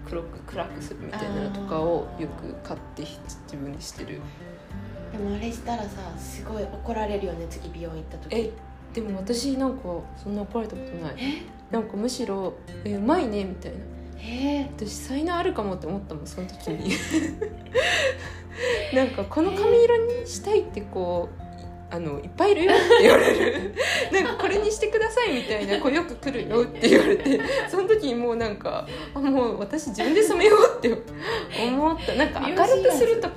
黒く暗くするみたいなのとかをよく買って自分でしてる
ーでもあれしたらさすごい怒られるよね次美容院行った時
えでも私なんかそんな怒られたことない
え
なんかむしろ「えうまいね」みたいな
えー
私才能あるかもって思ったもんその時 になんかこの髪色にしたいってこうあのいっぱいいるよって言われるなんかこれにしてくださいみたいな子よく来るよって言われてその時にもうなんかあもう私自分で染めようって思ったなんか明るくすると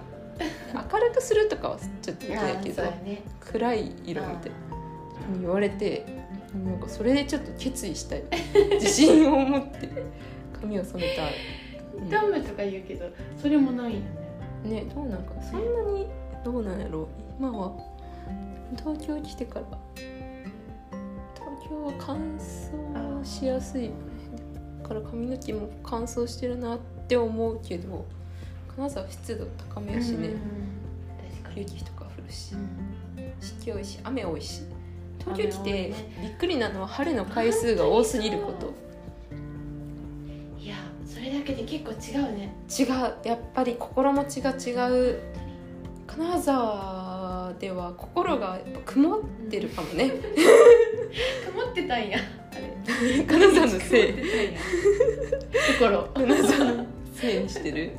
明るくするとかはちょっと
あ
だ
ー
け
そ
ど
うやね
暗い色みたいなに言われてなんかそれでちょっと決意したい自信を持って髪を染めたい、
あーダムとか言うけどそれもないよね
うんねどうなんかそんなにどうなんやろう今は東京来てから東京は乾燥しやすいよねだから髪の毛も乾燥してるなって思うけど金沢は湿度高めやしね
うん確かに、
雪とか降るし
うん
湿気多いし雨多いし東京来て、
雨多いね
びっくりなのは春の回数が多すぎること
いやそれだけで結構違うね
違うやっぱり心持ちが違う金沢では心がやっぱ曇ってるかもね
曇ってたんやあれ
金沢のせい
曇ってたんや心
金沢のせいにして る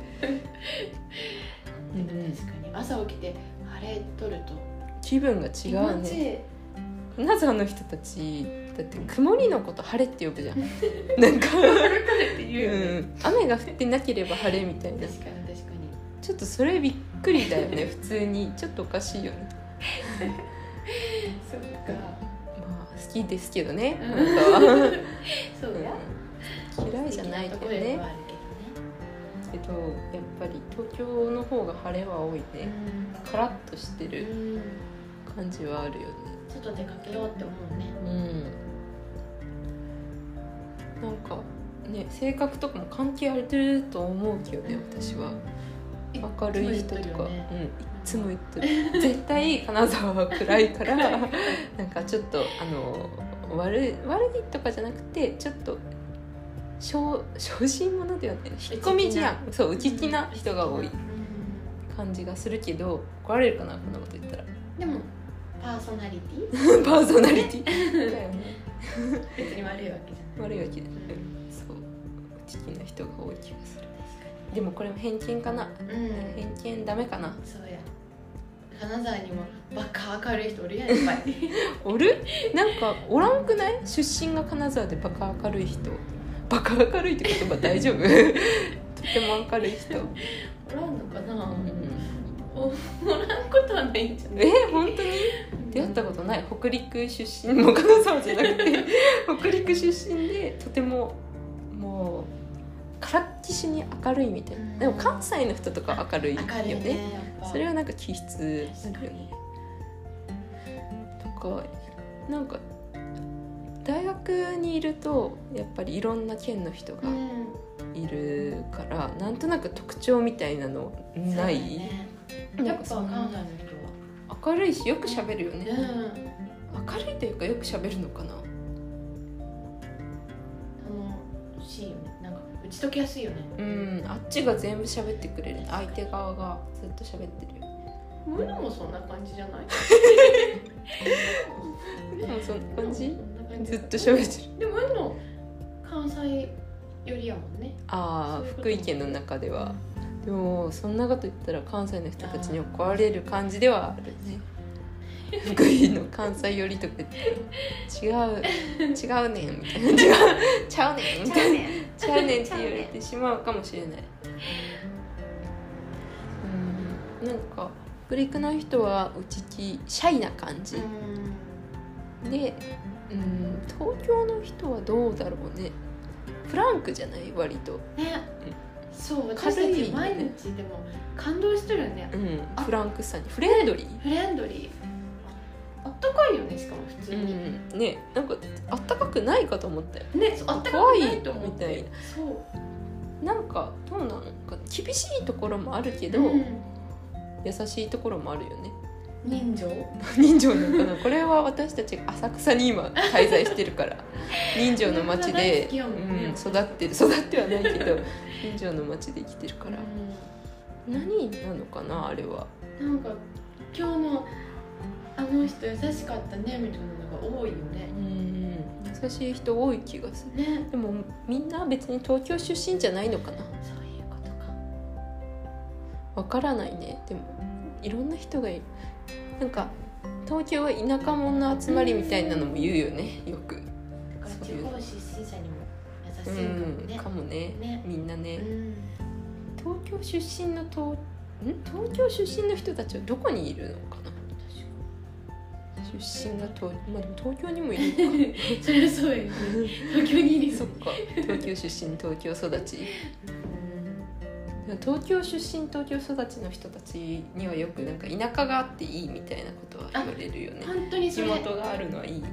うんうん
確かに朝起きて晴れとると
気分が違う
気持ちい
ね
い
金沢の人たちだって曇りのこと晴れって呼ぶじ ゃんなんか、
って
う
言うよね、
ん、雨が降ってなければ晴れみたいな
確かに確かに
ちょっとそれびっくりだよね普通にちょっとおかしいよね
そっか
まあ素好きですけどね
うん
本当は、
そうや、
うん嫌いじゃないけどね
好きなとこではあるけ
けどやっぱり東京の方が晴れは多い
どね
ね、カラッとして
う
る
ん
感じはあるよね
ちょっと出かけようって思うね
うんなんかね性格とかも関係あると思うけどね私は明るい人とか、うん、いっつも言ってる絶対金沢 は暗いから
暗い
なんかちょっとあの悪い悪いとかじゃなくてちょっと小小心者ではない引っ込み思案そう内気な人が多い感じがするけど怒られるかなこんなこと言ったら
でもパーソナリティ
パーソナリティだよね
別に悪いわけじゃ
悪いわけだよね
ない、
そう内気な人が多い気がする
確
でもこれも偏見かな
かにうん
偏見ダメかな
そうや金沢にもバカ明るい人おるやんいっぱい
おるなんかおらんくない出身が金沢でバカ明るい人バカ明るいって言葉大丈夫 とても明るい人、
おらんのかな、 おおらんことはないんじゃない
え本当に出会ったことない北陸出身もう金沢じゃなく て北陸出身でとてももうからっきしに明るいみたいなでも関西の人とか明るいよ
明るいね
ね
やっぱ
それはなんか気質だ
確か
よ
に
ねとかなんか大学にいるとやっぱりいろんな県の人が
うん
いるから、なんとなく特徴みたいなのな
そう
い、
やね
な
や
ん
っ
か
ぱ
そ
関
ん
西
な
の人
明るいしよく喋るよね、
はうん
明るいというかよく喋るのかな
楽しいよねなんか打ち解けやすいよね
うんあっちが全部喋ってくれる相手側がずっと喋ってるよ
ムロもそんな感じじゃない
でもそんな感
ム
じ
ロもそんな感じ
ずっと喋ってる
でもムロ関西よりやもんね
ああ
そういうこと
福井県の中ではでもそんなこと言ったら関西の人たちに怒られる感じではあるね福井の関西寄りとか言って違う違うねんみたいな違うちゃうねんみたいな違うねんって言われてしまうかもしれないうんなんか北陸の人は内気シャイな感じ
うん
でうん東京の人はどうだろうねフランクじゃない割と
ねそう
軽い
私たち毎日でも感動してるよね
うんフランクさにフレンドリー
フレンドリーああったかいよねしかも普通に、
うん、ねなんかあったかくないかと思ったよ
ねそうあったかくないと思っ
怖いみ
て
た
そう
なんかどうなのか厳しいところもあるけど、
うん
優しいところもあるよね
人情
人情なのかなこれは私たちが浅草に今滞在してるから 人情の街
大
で
好、きやもんね
うん、育ってる育ってはないけど人情の街で生きてるから
うん
何なのかなあれは
なんか今日のあの人優しかったねみたいなのが多いよね
うん優しい人多い気がする
ね
でもみんな別に東京出身じゃないのかな
そういうことか
わからないねでもいろんな人がいるなんか東京は田舎者の集まりみたいなのも言うよねよく
だから
そう
地
いう
方出身者にも優し
う
いかも
んかも
ね
ね
ね
みんな
う
ね
ん
東京出身のとん東京出身の人たちはどこにいるのかな出身が東,、まあ、でも東京にもいるのか
それはそうよね東京にいる
そっか東京出身東京育ちでも東京出身東京育ちの人たちにはよくなんか田舎があっていいみたいなことは言われるよね
本当にそ
地
れ
元があるのはいい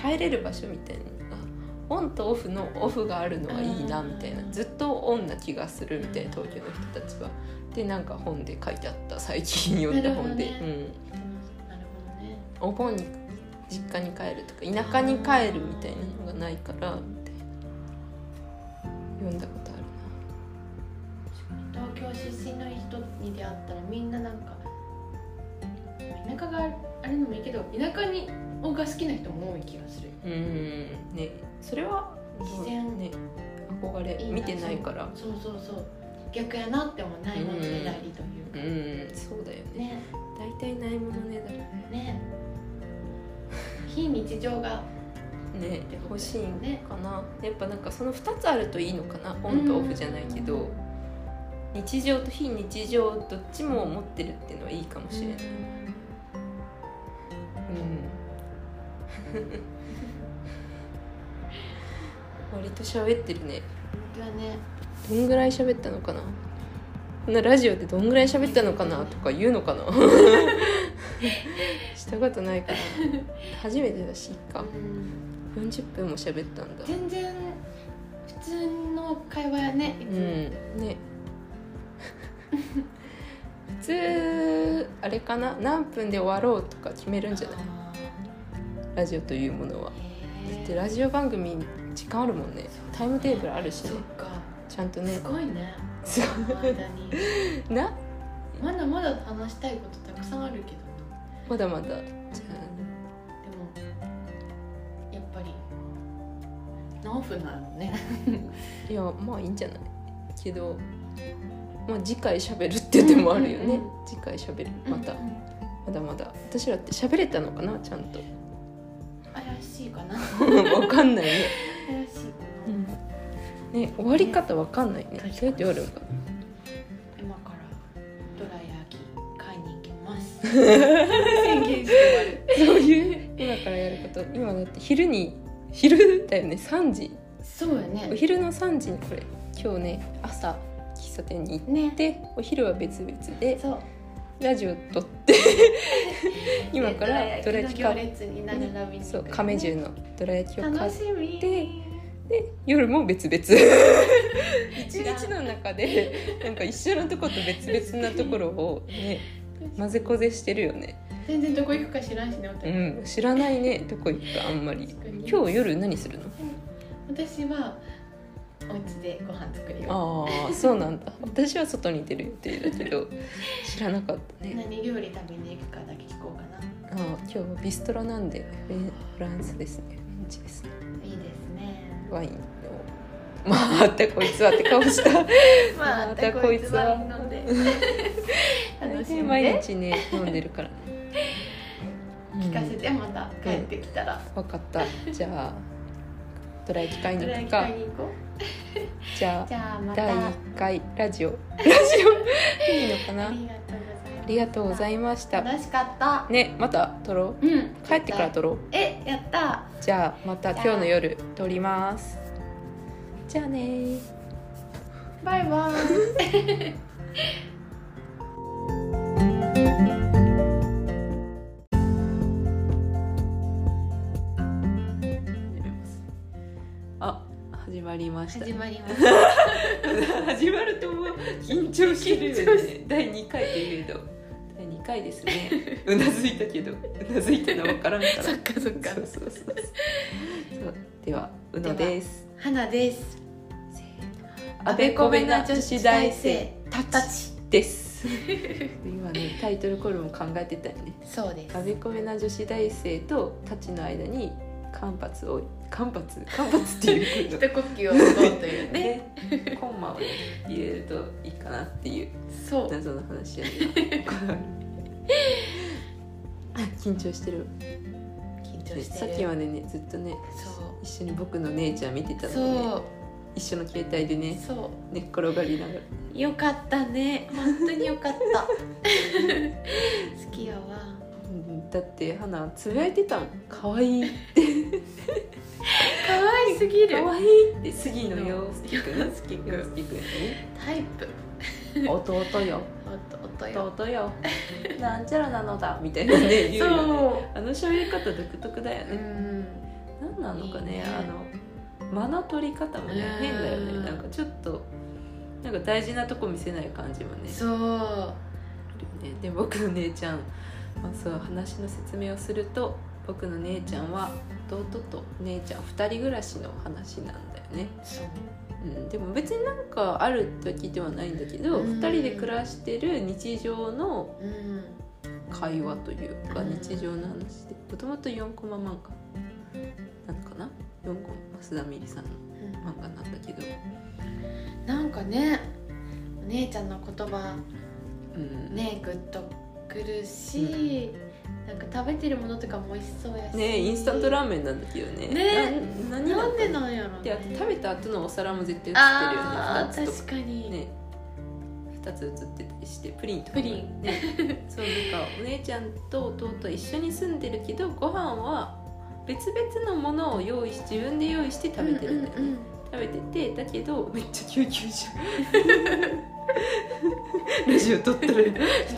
帰れる場所みたいなのがオンとオフのオフがあるのはいいなみたいなずっとオンな気がするみたいな東京の人たちは。でなんか本で書いてあった最近読んだ本で、
なるほどなるほどね
うん、お盆に実家に帰るとか田舎に帰るみたいなのがないからみたいな読んだことある
確かに東京出身の人に出会ったらみんななんか田舎があるのもいいけど田舎にが好きな人も多い気がする
なうんねそれは
自然
ね憧れ見てないから
そうそうそう逆やなってもないものねだりといううか、
んそうだよね
ね
大体ないものねだね
ね非日常が
ね
てこ
欲
とで
し
す
い
よ
ん
ね
かなやっぱなんかその2つあるといいのかなオンとオフじゃないけど、日常と非日常どっちも持ってるっていうのはいいかもしれない、うん 割と喋ってるね
ではね
どんぐらい喋ったのかなこんなラジオでどんぐらい喋ったのかなとか言うのかな したことないから初めてだしいっか
うん
40分も喋ったんだ
全然普通の会話やねいつ
う
も
んね 普通あれかな何分で終わろうとか決めるんじゃない
あ
ラジオというものは
ーへー
でラジオ番組時間あるもんねタイムテーブルあるしね
そっか
ちゃんとね
すごいね
す
この間に
ごいな
まだまだ話したいことたくさんあるけど
まだまだじゃ
でもやっぱり何分なのね
あいやまあいいんじゃないけど、まあ、次回しゃべるって手もあるよね、
うんうん
次回しゃべるまた
うんうん
まだまだ私らって喋れたのかなちゃん と
怪しいかな
わかんないね、
怪しいかな、
うん、ね終わり方わかんないね
確かに
どうやって終わるのか
今からドライヤー機買いに行きます 宣言して
そういう今からやること今だって昼に昼だよね3時
終わるそうや
お
ね
昼の3時にこれ今日ね朝喫茶店に行
ね
ってお昼は別々で
そう
ラジオ撮って 今から
ド
ドラ
ラ
焼
焼き
き
の行
か
列に並びに行くね
そう亀十のドラ焼きを買
楽
っ
し
て
み
て夜も別々一
違う
日の中でなんか一緒のとこと別々なところを、ね、混ぜこぜしてるよね
全然どこ行くか知らんしねお
う
互い
ん知らないねどこ行くかあんまり
確かに
今日夜何するの
私はお家でご飯作るよ
ああそうなんだ私は外に出る予定だけど知らなかったね
何料理食べに行くかだけ聞こうかな
ああ今日はビストロなんでフェフランスですねフレンチですね
いいですね
ワインをまあたこいつはって顔した
ま
ま
あ
あ
たこいつは飲んで楽しん
毎
で
日ね飲んでるからね
聞かせてまた帰ってきたら
分か ったじゃあドライ機会
ド
に
ラ
行く
焼き
か
買いに行こう
じゃ
じゃあま
あ
た
第
あ
1回ラジオ ラジオいいのかな
りがとうございます
ありがとうございました
楽しかった
ねまた撮ろ
うん
う帰ってから撮ろう
えやった
じゃあまた
じゃ
今
あ
日の夜撮りますじゃあねー
バイ バイ
あ始まりました
始
始
まりま した
ま るともう緊張してるよね第2回といえど第2回ですね うなずいたけどうなずいたの分からんから
そっかそっか
そうそうそうそうそうではうのです
花です
あべこべな女子大生
たち
です 今ねタイトルコールも考えてたよね
そうです
あべこべな女子大生とたちの間に間髪を間髪間髪っていう
一
の
呼吸を置こうというね
ねコンマをね入れるといいかなっていう
そう
謎の話やねあ 緊張してる
緊張して
さ
る
っきまでねずっとね
そう
一緒に僕の姉ちゃん見てたので、ね、
そ
一緒の携帯で
う
ね
そ
寝っ転がりながら
うよかったね本当によかった 好きやわ
うんだって花つぶやいてたもん可愛い
可愛すぎ
可愛いって杉野陽介くん
陽介くん
陽介くんね
タイプ
弟 よ
おとおとよ
弟よなんちゃらなのだみたいなね言うよね
そ
あの喋り方独特だよ
うう
ね、
ん
なんなのかね
いいね
あの間の取り方もね
うん
変だよねなんかちょっとなんか大事なとこ見せない感じもね
そう
あるよねで僕の姉ちゃん、まあ、そう話の説明をすると僕の姉ちゃんは弟と姉ちゃん2人暮らしの話なんだよね、
そう
うん、でも別になんかある時ではないんだけど、
うん
2人で暮らしてる日常の
うん
会話というか
うん
日常の話でもともと4コマ漫画なのかな4コマ増田美里さんの
うん
漫画なんだけど、
なんかねお姉ちゃんの言葉
うん、
ねグッとくるし、なんか食べてるものとかも美味しそうやし
ねインスタントラーメンなんだけどね
ね
な何
なんで
の
なんやろ
であと食べた後のお皿も絶対映ってるよね
あ
2
ー
つとか
確かに、
ね2つ映ってたりしてプリンとか
プリン
ねそうなんかお姉ちゃんと弟は一緒に住んでるけどご飯は別々のものを用意し自分で用意して食べてるんだよね、
うんうんうん
食べててだけどめっちゃ救急車 ラジオ撮ったら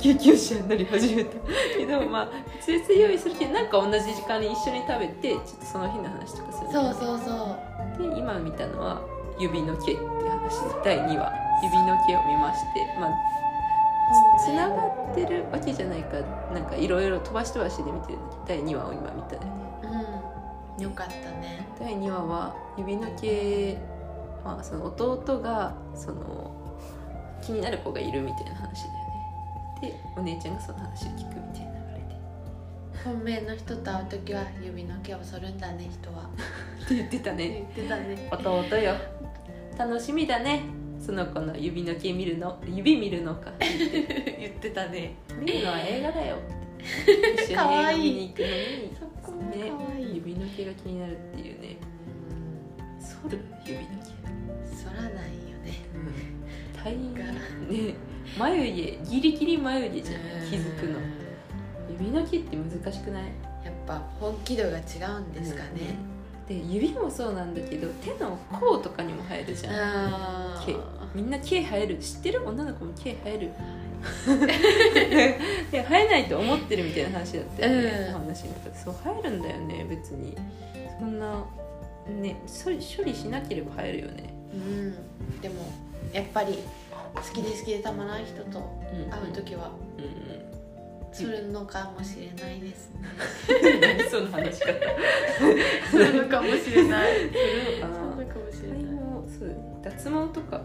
救急車になり始めたけどまあ別々用意するけどなんか同じ時間に一緒に食べてちょっとその日の話とかする
そうそうそう
で今見たのは指の毛って話第2話指の毛を見ましてまあつながってるわけじゃないかなんかいろいろ飛ばし飛ばしで見てる第2話を今見たね
うんよかったね
第2話は指の毛、まあ、その弟がその気になる子がいるみたいな話だよねでお姉ちゃんがその話を聞くみたいな流れで
本命の人と会う時は指の毛を剃るんだね人は
って言ってたね
言って たね
弟よ楽しみだねその子の指の毛見るの指見るのか
言ってたね
見るのは映画だよって一緒に映画見に行くのに
そこも可愛い、
指の毛が気になるっていうね剃る指の毛
剃らないよね
大変
が
ね眉毛ギリギリ眉毛じゃん気づくの指の毛って難しくない
やっぱ本気度が違うんですかね、
うんで指もそうなんだけど手の甲とかにも生えるじゃん
あ
毛
ー
みんな毛生える知ってる女の子も毛生え るで生えないと思ってるみたいな話だったよね、
うん
お話の中でそう生えるんだよね別にそんなね処理処理しなければ生えるよね、
うんでもやっぱり好きで好きでたまらん人と
うん、
会う時は
うんうん
剃るのかもしれないです ね
何 その話し方
剃るのかもしれない
する
剃
のかな
るのかもしれ
最近
ない行
もそう脱毛とか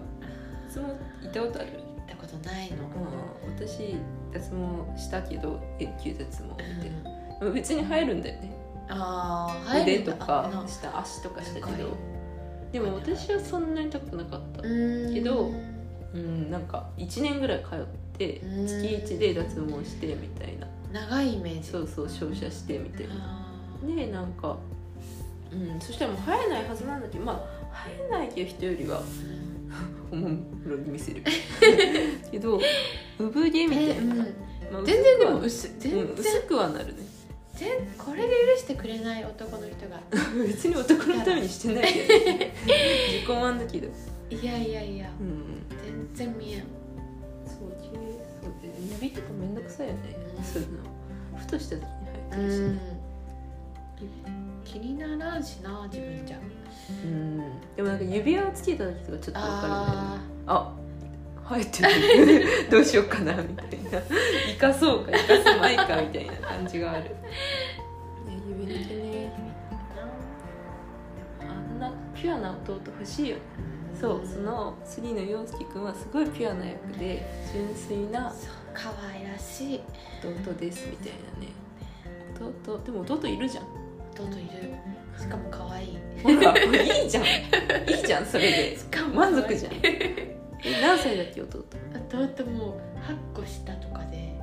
脱毛行ったことある、
ったことないの
うん、私脱毛したけど永久脱毛って
う、ん
でも別に生えるんだよね
ああ入
腕
るんだ
と
あ
か
な
下足とかした
なん
け
かよ
どでも私はそんなに高くなかった
うん
けどうんなんか1年ぐらい通って
うん
月1で脱毛してみたいな
長いイメージ
そうそう照射してみたいな
あー
でなんか、うん、そしたらもう生えないはずなんだけどまあ生えないけど人よりはお
うん
もむろに見せ るけど産毛みたい
えう
な、
ん
まあ
全然でも
薄
薄
くはうん
全然
薄くはなるね
全これで許してくれない男の人が
別に男のためにしてない けど自己満だけど
いやいやいや
うん
全然見えん
そう毛そうで指とかめんどくさいよね、
うん
そういうのふとした時に生えてるし
うん
ね
気にならんしな自分じゃ
うんでもなんか指輪をつけた時とかちょっとわかるみたいな
あ
あ生えてるどうしようかなみたい な生かそうか生かすまいかみたいな感じがある、ね、指だけねあんなピュアな弟欲しいよね
ー
そうその杉野陽介君はすごいピュアな役で純粋な
そう可愛らしい
弟ですみたいなね弟でも弟いるじゃん
どんどんいるしかも可愛い
ほらいいじゃんいいじゃんそれで
しかも
満足 じゃんえ何歳だっけ弟
弟も8個下とかで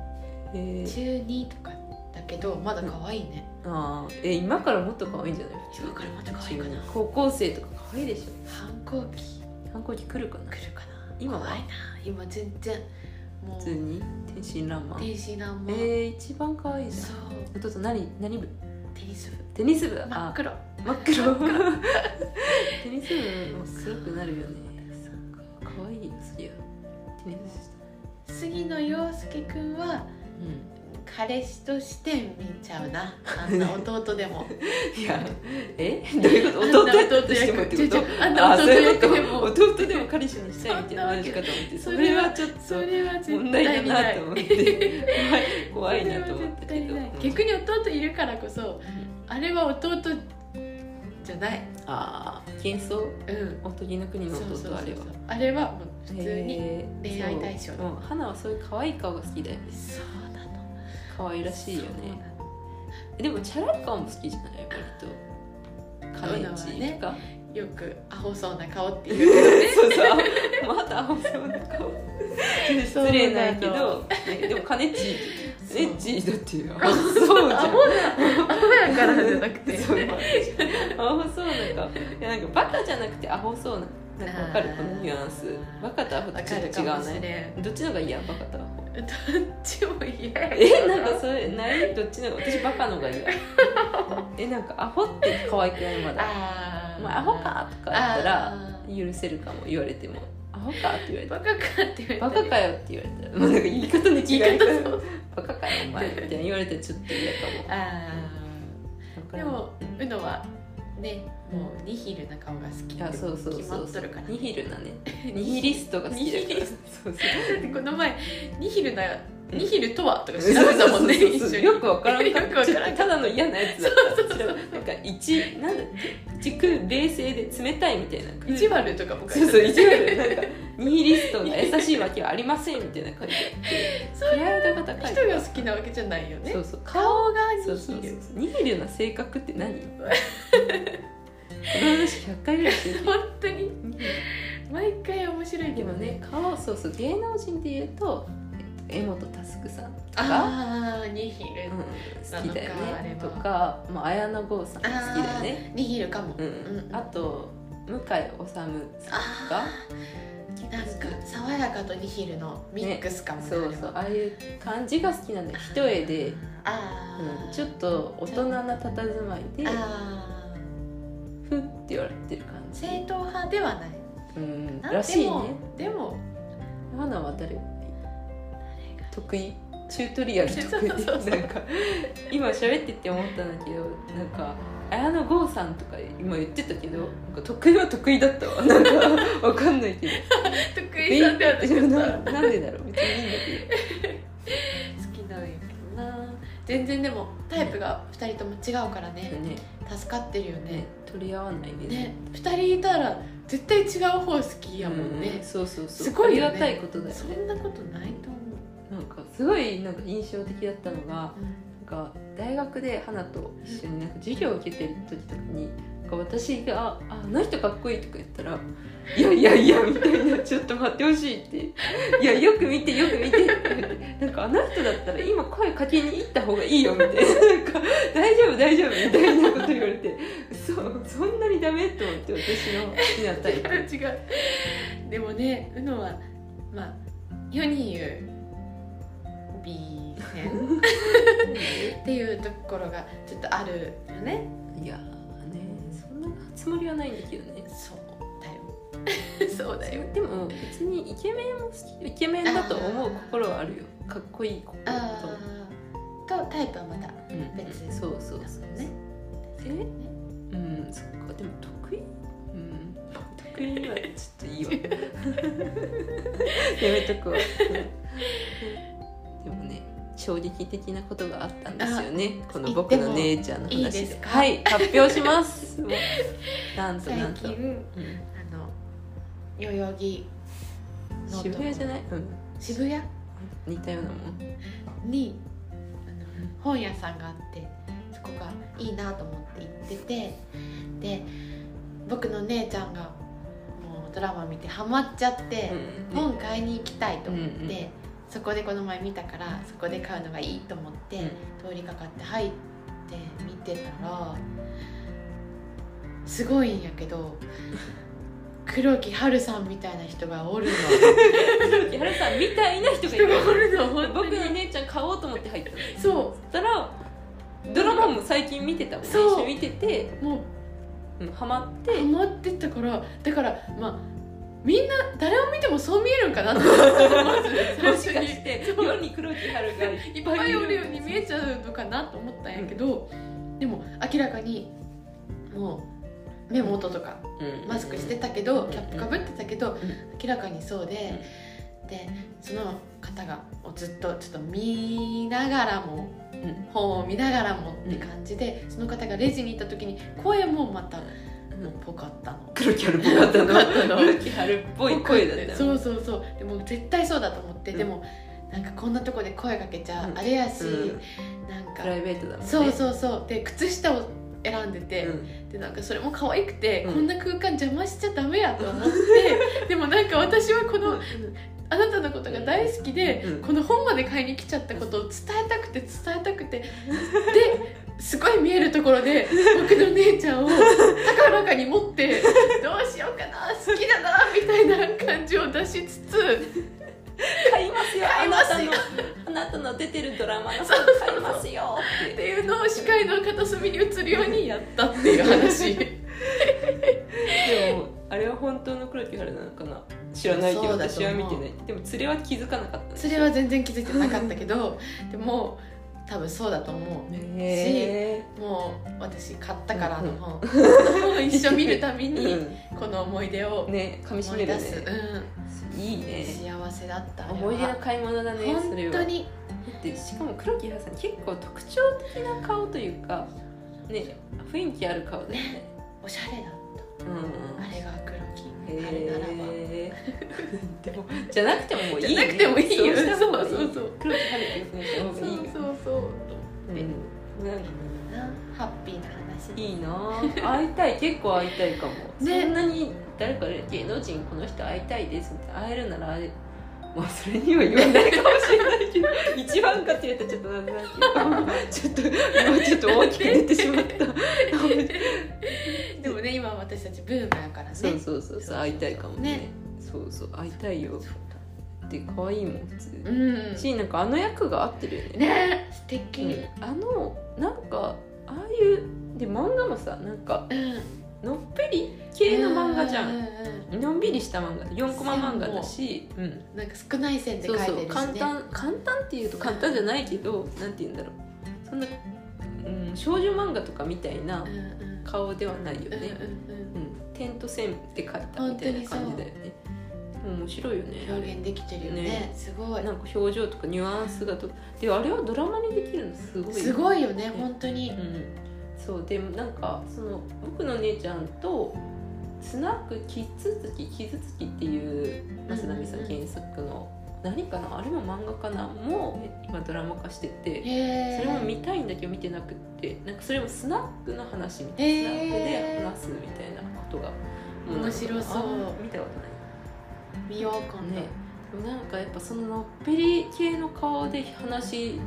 えー、
中2とかだけどまだ可愛いね
あーえ今からもっと可愛いんじゃない普通
今からまた可愛いかな
高校生とか可愛いでし
反抗期
ょ反抗期来るかな
来るかな
今は
怖いな今全然も
普通
う
に天真爛漫
天使なん
え
も、
ー、一番可愛いじ
そう
ゃん弟何何部
テニス部
テニス部
真っ
あ
黒
真っ黒 テニス部もすごくなるよね可愛いよそりゃテニスして
杉野陽介くんは
う
彼氏として見ちゃう なあんな弟でも
んいやえ どういうこと
あんな
弟や
弟
としてもっ
役
てこ
ちょ
と
ちょあん
あー
な弟
そういう
役で
こ
も
と弟でも彼氏にしたいみたいな話かと思 ってそ
そんなわけ
れはちょっ
そ
と
れは絶対
問
見な
題
い
だなと思って怖い怖いなと思ったけど
それは絶対見ない
うん
逆に弟いるからこそあれは弟じゃない
ああ幻想
うん
おとぎの国の
そうそうそう
弟あれは
あれはもう普通に
へー
恋愛対象
そううん花はそういう可愛い顔が好きだよね
そうなの
可愛らしいよねでもチャラい顔も好きじゃない割とカネチとか、
よくアホそうな顔っていう
そうそうまだ青そうな顔
失
失礼ないけどねでもカネチカネチだっていう青そうじゃん
アホやからじゃなく て
そうアホそうなんかいやなんかバカじゃなくてアホそうななんかわかる
あー
このニュアンスバカとアホって
わ
ち
か
ょっと
る
違
かも
う
しれ
ね
ん
どっちの方がいいやバカとアホ
どっちも嫌や
えなんかそれないどっちの私バカのが 嫌えなんかアホって可愛くないまだ「
あ
お
ー
前アホか」とか言ったら
あー
許せるかも言われても「アホか」って言われて
バカかって言
「
わ
バ
れた
カかよ」って言われたらもうなんか言い方の違い
言い
が「バカかよお前」みたいな言われたらちょっと嫌かも
あ
わ
ー
か
で
らん
もうのはねもうニヒルな顔が好き
いやそうそう
決
そ
ま
う
っ
そ
とる
う
から
ニヒルな ねニヒリストが好きだか
ニヒ
ら
リ
そ
ス
うそう
だってこの前ニヒルな
うん
ニヒルとはとか調べたもんね
そうそう
一
そう
緒に
よくわからん
よ
かっ
くわ
たち
か
ょっ
らん
とただの嫌なやつだった
そうそうそう
なんか一なんだ軸冷静で冷たいみたいな
意地悪とかも書
そう
い
そう
てあ
意
っ
地悪なんかニヒリストが優しいわけはありませんみたいな感じで
たそう
嫌い
いう
な方書いて
人が好きなわけじゃないよね
そうそう
顔が
そう
ニ
そう
ヒ
そう
ル
ニヒルな性格って 何この話100回ぐらいしてる
本当に毎回面白いけ
でも
ど
ね顔そうそう芸能人で言うとえっと柄本佑さんとか、
ああニヒ
う
ル
ん、好きだよ
あれ
ね
は
とか、まあ、綾野剛さんも好きだよね
ニヒルかも
うん
うんうん
あと向井理さんとか
あーなんか爽やかとニヒルのミックスかもね
そうそうあ
あ
あいう感じが好きなんだよ一重で、
れはあー、
うんちょっと大人な佇まいで
あー
ふって言われてる感じ、
正統派ではない
うん、
な
らしいね
でも
花は誰
でも
得意チュートリアル得意
そうそうそう
なんか今喋ってて思ったんだけどなんか綾野剛さんとか今言ってたけどなんか得意は得意だったわなんかわかんないけど
得意さんではな かった
ななんでだろう別にいいんだけ
好きなんやけどな全然でもタイプが2人とも違うから
ど
ね
ね
助かってるよね
ね取り合わないね
ね2人いたら絶対違う方好きやもん
う
ね
ん、そうそうそう
すごいよね
ありがたいことだよ
そ
ね
んなことないと思
なんかすごいなんか印象的だったのが
う、
なんか大学で花と一緒になんか授業を受けてる時とかになんか私が「ああの人かっこいい」とか言ったら「いやいやいや」みたいな「ちょっと待ってほしい」って「いやよく見てよく見て」って言ってなんかあの人だったら今声かけに行った方がいいよみたいななんか「大丈夫大丈夫」みたいなこと言われてそうそんなにダメと思って私の好きなタイプ
絶 対違うでもねうのはまあ世に言う B 線っていうところがちょっとあるよね
いやーねそんなつもりはないんだけどね
そうだよ そうだよ
でも別にイケメンも好きイケメンだと思う心はあるよかっこいい心と
あーとタイプはまた
うん
別
うんそうそうそう
ね
えうんそっかでも得意うん得意はちょっといいわ やめとくわ でもね衝撃的なことがあったんですよねこの僕の姉ちゃんの
言っ
話
て
で
もいいですか
はい発表します もうなんと
最
なんと、
近
うん
あの代々木の
渋谷じゃない、うん、
渋谷
似たようなもん
にあの本屋さんがあってそこがいいなと思って行っててで僕の姉ちゃんがもうドラマ見てハマっちゃって、
うん
本買いに行きたいと思って、
うんうん
そこでこの前見たからそこで買うのがいいと思って、通りかかって入って見てたらすごいんやけ ど黒木華さんみたいな人が おるの
ギャルさんみたいな人がい
人
る
がおるの本当
僕
に
の姉ちゃん買おうと思って入ったのそ
そ
したらドラマも最近見てたもんね
そう
一緒に見てて、
うもう
うん、ハマって
ハマってったからだからまあみんな誰を見てもそう見えるんかな って思ってまず
も
最初
しかし
に
て世に黒木春が
いっぱいおるように見えちゃうのかなと思ったんやけど、でも明らかにもう目元とか
うん
マスクしてたけど、
うん
キャップかぶってたけど、
ん
明らかにそうで、でその方がをずっとちょっと見ながらも、
ん
本を見ながらもって感じで、その方がレジに行った時に声もまた
うん
ぽかったの。
黒木春っぽかったの
ぽかったの
黒木春っぽい声だったよ
そうそうそうでも絶対そうだと思って、
うん
でもなんかこんなとこで声かけちゃ
うん
あれやし、
うん
なんか
プライベートだもんね
そうそうそうで靴下を選んでて、
うん
でなんかそれも可愛くて、
うん
こんな空間邪魔しちゃダメやと思ってでもなんか私はこのあなたのことが大好きで、
うん
この本まで買いに来ちゃったことを伝えたくて伝えたくてですごい見えるところで僕の姉ちゃんを高らかに持ってどうしようかな好きだなみたいな感じを出しつつ
買いますよ
買いますよ
あなたのあれは本当の黒木華なのかな知らないけど
そうだと
私
思う
は見てないでも連れは気づかなかったんでしょ
それは全然気づいてなかったけどでも多分そうだと思
へ
うもう私買ったからあの 本一緒見るたび
え、
に
う
この思い出を
ん、ね噛みし
思
め
い
る
出
ね
す、
いい
うん
ね
幸せだったあれは
思い出の買い物だねそれ
本
は
当に
でしかも黒木華さん結構特徴的な顔というかね雰囲気ある顔だよね
おしゃれだっ
うん
たあれが黒木あれならば
へえ でもじゃなくてももういい、ね、
じゃなくてもいいよ
そうした方がいい
そうそうそ
黒木
う
華っての方
そ
が
う
いい
そう
よ
そう
うんなんか
なハッピーな話
いいなあ会いたい結構会いたいかも、
ね
そんなに誰か芸能人この人会いたいですって会えるなら会えまあそれには言わないかもしれないけど一番かって言うとちょっとなんだけどちょっと今ちょっと大きく出てしまった
でもね今私たちブームだからね
そうそうそうそう会いたいかもね
ね
そうそう会いたいよって可愛いもん普通に、
うん
しなんかあの役が合ってるよね
ね素敵う
う
ん
んあのなんかああいうで漫画もさなんかのっぺり系の漫画じゃ
うんうう
のんびりした漫画4コマ漫画だし、うん、
うんなんか少ない線で書
そ
いうて
そ
るし
う
ね
簡単簡単っていうと簡単じゃないけどなんて言うんだろうそんな、うん、少女漫画とかみたいな
うんうん
顔ではないよ
うん
ね、
うんうん
うん、点と線で描いたみたいな感じだよね面白いよねあ
表
れ
現できてるよね
ね
すごい
なんか表情とかニュアンスがとであれはドラマにできるのすごい
すごいよね本当
う
に
ん、そうでもなんかその僕の姉ちゃんと「スナックキッズ月キズ月」っていう増田美沙原作の何かなあれも漫画かなもう今ドラマ化してて
へえ
それも見たいんだけど見てなくってなんかそれもスナックの話みた
へー
いなスナックで話すみたいなことがもなんか
面白そう
あ見たことない
見よう今度
ねでもなんかやっぱそののっぺり系の顔で話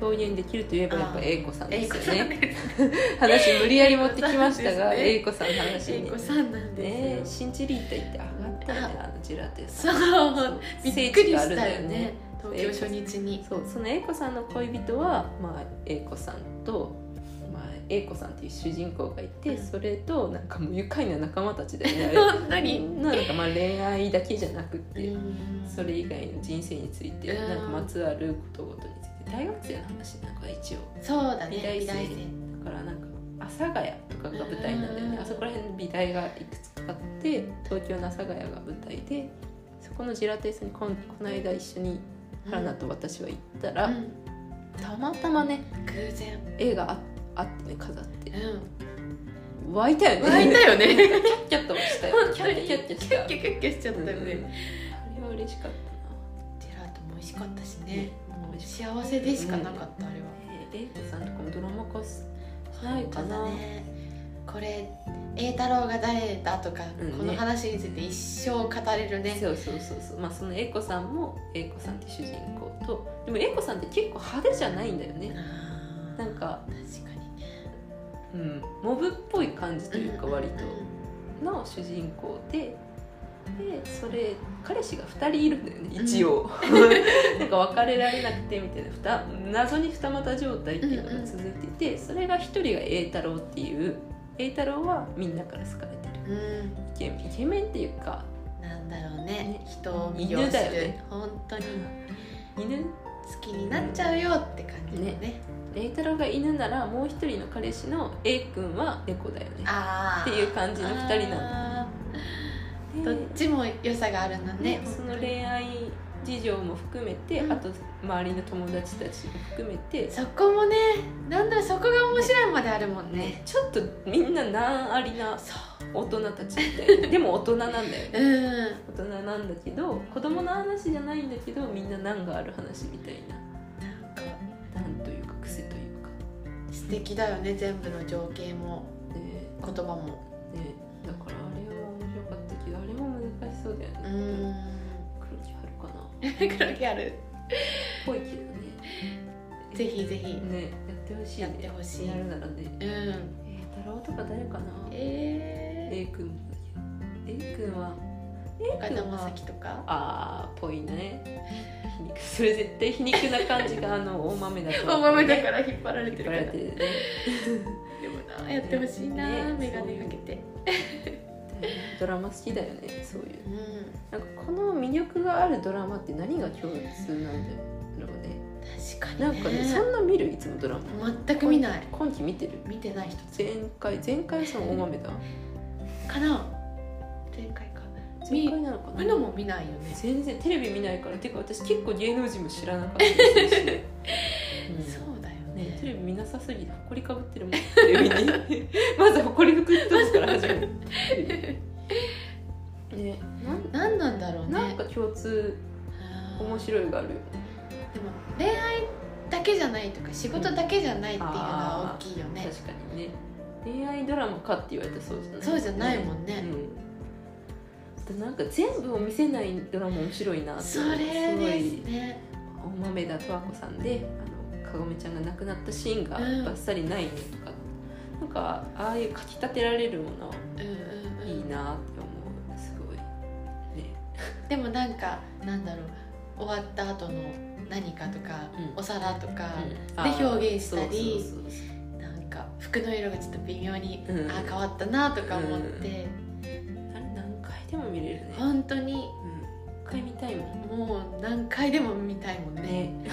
表現できるといえばやっぱ
あー
英子さんで
英子
す
さ
よ
ん
ね
です
話無理やり持ってきましたが
英
英子さんの話
英
に
子さんな
ね
んです
シ
よ
ンチリータ行って上がったよねあのジェラテ
そ
さん
うびっくりしたよね
そう
東京初日に
そうその英子さんの恋人は、まあ、英子さんと、まあ、英子さんっていう主人公がいてそれとなんかもう愉快な仲間たちだよねあれ
本当
み
に
んななんかまあ恋愛だけじゃなくて、
うん
それ以外の人生について、
うん
なんかまつわることごとについて大学生の話なんか一応
そうだね
美大生
美大生
だからなんか阿佐ヶ谷とかが舞台なんだよね、
うん
あそこら辺美大がいくつかあって東京の阿佐ヶ谷が舞台でそこのジェラテさんにこんこの間一緒に花と私は行ったら、
うん
たまたまね
偶然
絵がああってね飾って
う
湧いたよ
ん
ね
湧いたよね
キャッ キャッとしたよキャッキャッキャッした
キャッキャッキャッしちゃったよね、
うんあれは嬉しかったな
ジェラートも美味しかったしね
美味し
幸せでしかなかった、あれは
え英子さんとかもドラマ化すないかな、
本当だねこれ栄太郎が誰だとか、
うんね
この話について一生語れるね
そうそうそうそうまあその英子さんも英子さんって主人公とでも英子さんって結構派手じゃないんだよね
あー
なんか、
確かにね
うん、モブっぽい感じというか割
うんうん
との主人公ででそれ彼氏が2人いるんだよね一 応、なんか別れられなくてみたいなふた謎に二股状態っていうのが続いててそれが一人が栄太郎っていう栄太郎はみんなから好かれてる
うん
イケメンイケメンっていうか
うんなんだろうね
ね
人を魅了
犬
す
だよ
る、
ね
本当に
犬
好きになっちゃうよって感じだね
栄太郎が犬ならもう一人の彼氏の A 君は猫だよね
ああ
っていう感じの二人な
な
の
どっちも良さがあるんだ
ね
ね
その恋愛事情も含めて、
うん
あと周りの友達たちも含めて、
そこもねなんだろうそこが面白いまであるもんね
ね、ちょっとみんな難ありな
そう
大人たちみ たいなでも大人なんだよね
うん
大人なんだけど子供の話じゃないんだけどみんな難がある話みたい
なんか
な難というか癖というか
素敵だよね全部の情景も
ね
言葉も
ねだからあれは面白かったけどあれも難しそうだよね
うーん
黒木春かな
黒木ある
ぽいけどね
ぜひぜひ
ね、やってほしい、ね。
やってほしい
やるならね。
うん
えー、太郎とか誰かな。
え
A 君もだけど。A 君は。
ー、岡
A
田
君
将
は。
生とか
ああ、ぽいね。皮肉、それ絶対皮肉な感じが、あの、大豆だと思う。
大豆だから引っ張られ
引
て
っ張
るからら
れて
で
るね。だよね
もなやってほしいな、
ね
メガネかけて
ドラマ好きだよねそういう
うん
なんかこの魅力があるドラマって何が共通なんだろうね
確か
な
に
んかねそんな見るいつもドラマ
全く見ない
今期見てる
見てない一つ
前回前回さ大豆だ
かな前回か
前回なのか
う
な
のも見ないよね、
全然テレビ見ないからてか私結構芸能人も知らなかったりするし、
そうだよ
うん
ね
ね、テレビ見なさすぎて埃かぶってるもんテレビ にまず埃拭くっとこから始めるねなん
何なんだろうね
なんか共通
あー
面白いがあるよね
でも恋愛だけじゃないとか仕事だけじゃないっていうのは大きいよね
確、かにね恋愛ドラマかって言われたらそうじゃない
そうじゃないもんね、
うん、なんか全部を見せないドラマ面白いなって
それです
ごい
ね
大豆田十和子さんであのかごめちゃんが亡くなったシーンが
うん
バッサリないのとか、なんかああいうかきたてられるもの
うんうんうん
いいなって思うすごいね
でもなんかなんだろう終わった後の何かとか、
うん
お皿とか、
あー
表現したり
そうそうそう
なんか服の色がちょっと微妙に、
うん
あー変わったなとか思って、
あれ何回でも見れるね、
本当に
うん、一回見たいもん
もう何回でも見たいもんね
ね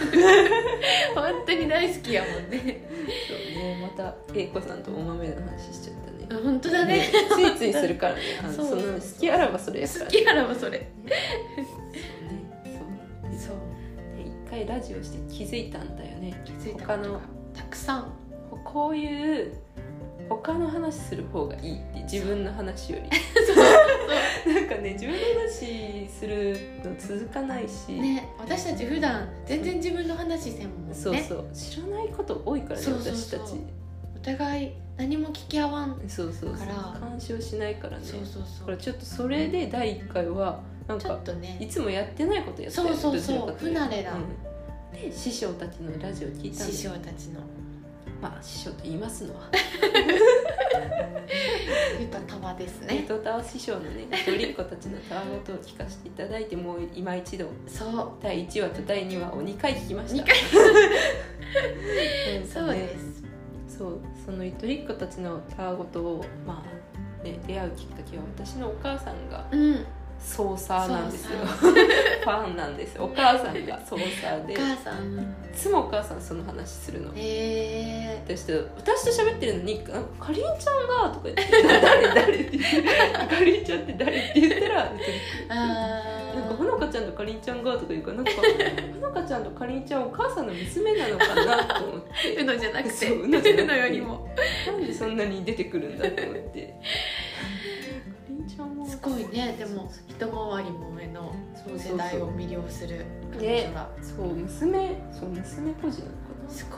本当に大好きやもん ね
そうね、また英子さんとお豆の話しちゃったね。
本当だね
ねついついする からね。あの
そ
そう
そう
の好きあらばそれやから。
好きやらもそ
そ
れ
うね。
そ
そ
う
うで一回ラジオして気づいたんだよね。
気づいた
他
こと
の
がたくさん
こういう他の話する方がいいって自分の話 より。なんかね自分の話するの続かないし。
ね私たち普段全然自分の話せんもんね
そうそう知らないこと多いからね
そうそう
私
そ
た
う
ち。
お互い何も聞き合わん、
そうそうそう
から
干渉しないからね。
そうそう
だ
そ
から
う
ちょっとそれで第一回はなん
ちょ
か
っと
い
ね
つもやってないことやった
そうそう
どちら
そう
かと
不
いうと
慣れだ、
うんで師匠たちのラジオ聞いたん
師
です
匠たちの
まあ師匠と言いますのは
ゆとたわです
伊
ね
藤たわ師匠のねドリンコたちのたわごとを聞かせていただいてもう今一度
そ
第1話と第2話を2回聞きました
二回
うん
うそうです、
そうそのドリンコたちのたわごとをまあね出会うきっかけは私のお母さんが
うん
ソーサーなんですよ
そうそ う
ファンなんですよお母さんがソーサーで
お
い
母さん
つもお母さんその話するの
え
私と私と喋ってるのに「なんかかりんちゃんが」とか言って「誰誰?」って言って「 かりんちゃんって誰?」って言ったら
ー、あ
なんかほ
ー
のかちゃんとかりんちゃんがとか言うから なんかほのかちゃんとかりんちゃんお母さんの娘なのかなと思っ
う
て
のじゃなくて
そう
う
う
の
のじゃなくて
よりも
なんでそんなに出てくるんだと思ってかりんちゃんも
すごいねでも一回りも上の
そうそうそ
世
う
代を魅了する彼女が
そう娘そう娘個人なのかな
すごい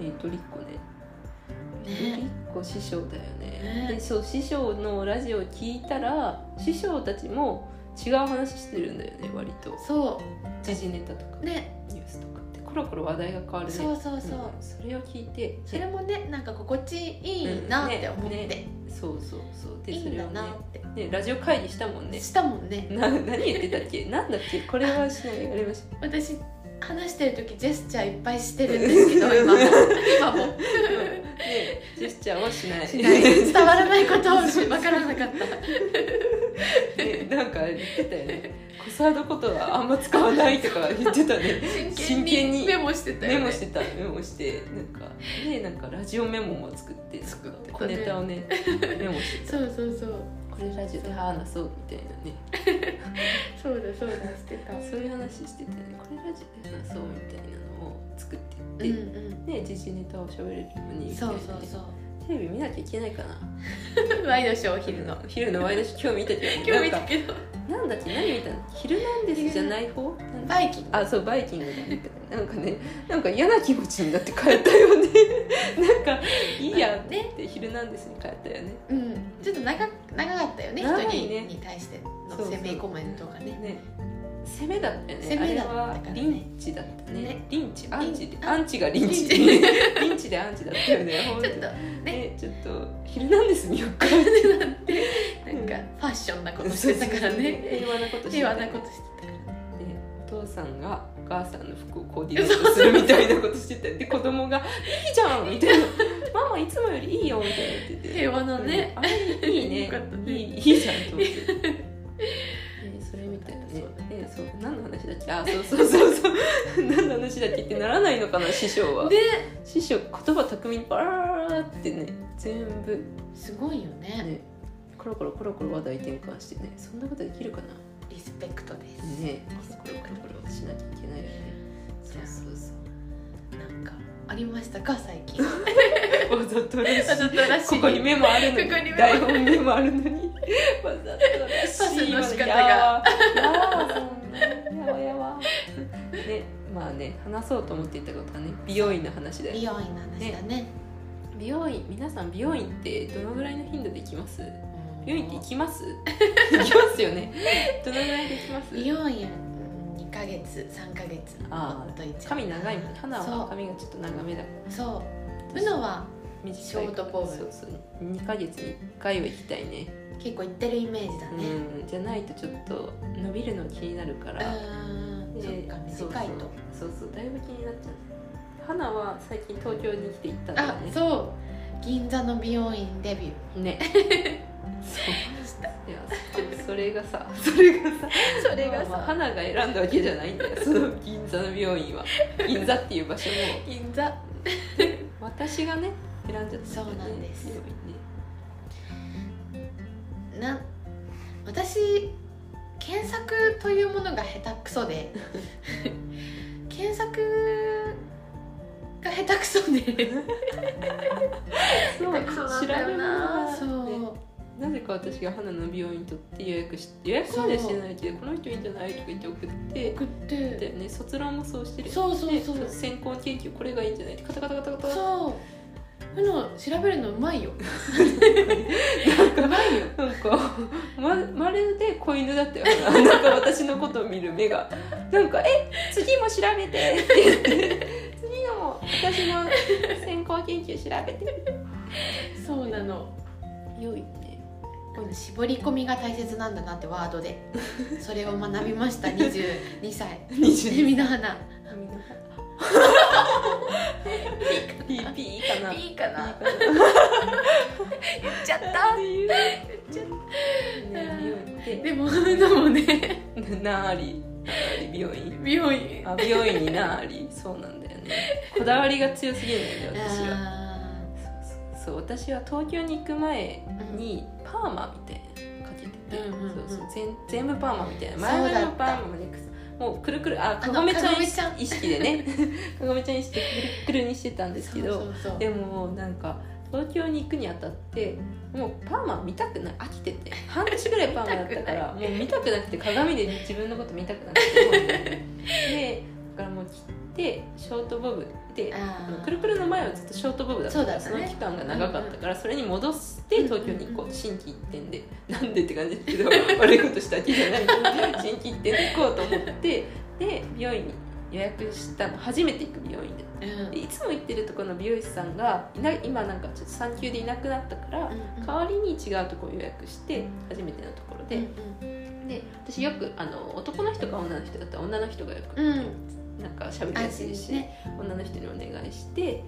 えー、とりっこね
ね
えとりっこ師匠だよね
ね
でそう師匠のラジオ聞いたら師匠たちも違う話してるんだよね割と
そ
時事ネタとか
うね
ニュースとかってコロコロ話題が変わるね
そうそうそう、
んそれを聞いて
それもねなんか心地いいなって思って、
うんねそうそうそうで
いい
そ
ん
れ
だ
をね
なって、
ねラジオ会議したもんね
したもんね
な何言ってたっけなんだっけこれはしないあれはしない
私話してる時ジェスチャーいっぱいしてるんですけど今も今も
でジェスチャーはしない
しない伝わらないことを分からなかっ た
ね、なんか言ってたよねコサードことはあんま使わないとか言って たね
真
真
剣
剣
に
に
メモしてたよ、
メ
ね、
モしてたメモしてなんかでなんかラジオメモも作って作
ってたね
小ネタを ねメモして
そうそうそう
これラジオで話そうみたいなね
そうだそうだしてた
そういう話してたよねこれラジオで話そうみたいなのを作って
うん
いうって、
ん
で時事ネタを喋れるようにみた
そ
いうなね
そうそう
テレビ見なきゃいけないかな
ワイドショーお昼の
昼のワイドショー今日見たけど
今日
な
見た
んか
けど
なんだっけ何見たの「ヒルナンデス」じゃない方なんだ
バイキング
あそうバイキングだねなんかねなんか嫌な気持ちになって帰ったよね なんかいいやねって「ヒルナンデス」に帰ったよね
うんちょっと長長かったよね
長い
一
ね
人に対しての
そうそう
攻めコメントがね
ね攻めだったよね
攻めだったからね
あれはリンチだったね
ね
リンチアンチで
リン
アンチがリンチ
リン
リンチでアンチだったよねほん と
ちょっとね
ねちょっと「ヒルナンデス」見よっか
なんかファッションなことしてたからね
平和なことして
平
た
和なことしてたから
でお父さんがお 母さんの服をコーディネートするみたいなことしてたで子供が「いいじゃん!」みたいな「マママいつもよりいいよ」みたいな言ってて
平和だね
うんあれいいね
よかったね
いいいいじゃんと 思ってねそれみたいなね
そうだ
ねそう何の話だっけあそうそうそうそう何の話だっけってならないのかな師匠は
です
師匠言葉巧みにバーってね全部
すごいよね
ねコロコロコロコロ話題転換してねそんなことできるかな
リスペクトです、
ねコロコロコロコロしなきゃいけないよねそうそうそう
なんかありましたか最近
わざとらし
わざとらしい
ここにメモあるのに
ここにメモ
台本メモあるのにわざとらしい
パスの仕方が
やわやわそんなやわやわねまあね話そうと思っていたことはね美容院の話だよ
美容院の話だね
美容院皆さん美容院ってどのぐらいの頻度で行きます美容院って行きます行きますよねどのぐらいで行きます
美容院うん2ヶ月3ヶ月
あー
ほんと一年
髪長いもんね花
そ
は
う
髪がちょっと長めだ
そううのは
短い
ショートボブ
そうそう2ヶ月に1回は行きたいね
結構行ってるイメージだね
うんじゃないとちょっと伸びるの気になるから、
うーんそっ
で
か短いと
そうそうそうそうだいぶ気になっちゃう花は最近東京に来て行ったんだよ
あ
ね
そう銀座の美容院デビュー
ねそういやそそれが さそれがさ
そ
まあ花が選んだわけじゃないんだよ その銀座の病院は銀座っていう場所も
銀座
私がね選んじゃった
そうなんです
美容院ね
な私検索というものが下手くそ で検索が下手くそで
そう調べ物が
そう
ねなぜか私が花の美容院とって予約し予約まではしてないけどこの人いいんじゃないとか言って送って
送っ
だ
て
よね卒論もそうしてる
そうそう
で
そう
先行研究これがいいんじゃないってカタカタカタカタ
そううの調べるのうまいようまいよ
なんかままるで子犬だったよ花なんか私のことを見る目がなんか「え次も調べて」 って言って次のも私の先行研究調べて
そうなの
良いね
この絞り込みが大切なんだなってワー ドでそれを学びました22歳
22
みの花
ピーピーかない
い かな
ピーかな
言っちゃっ
った
た
ていう
でもでもね
なありなあり美容院
美容院
あ美容院になありそうなんだよね こだわりが強すぎるんだよね私は
あ
そうそう私は東京に行く前
ー
にパーマみたいなのかけてて、
うんうんうん
そうそう全全部パーマみたいな
そうだった
前髪のパーマまでくすもうくるくるあ
あ
か
の
ごめちゃん意
かごめちゃ
識意識でね かごめちゃん意識でくるくるにしてたんですけど
そうそうそう
でもなんか東京に行くにあたってもうパーマ見たくない飽きてて半年ぐらいパーマだった からもう見たくなくて鏡で自分のこと見たくなくてもうでだからもう切ってショートボブで
あー
くるくるの前はずっとショートボブだったから
そ
そう
だった
の期間
ね
が長かったからそれに戻して東京に行こ
うんうん
う
う
新規一点でなんでって感じです けど悪いことしたわけじゃない新規一点で行こうと思ってで美容院に予約したの初めて行く美容院で
うん
でいつも行ってるところの美容師さんがいな今なんかちょっと産休でいなくなったから代わりに違うところ予約して初めてのところ
うん
で,、で私よくあの男の人か女の人だったら女の人がよく、
うんうん
なんか喋りや
安
す
心
い
です
し、
ね
女の人にお願いしてで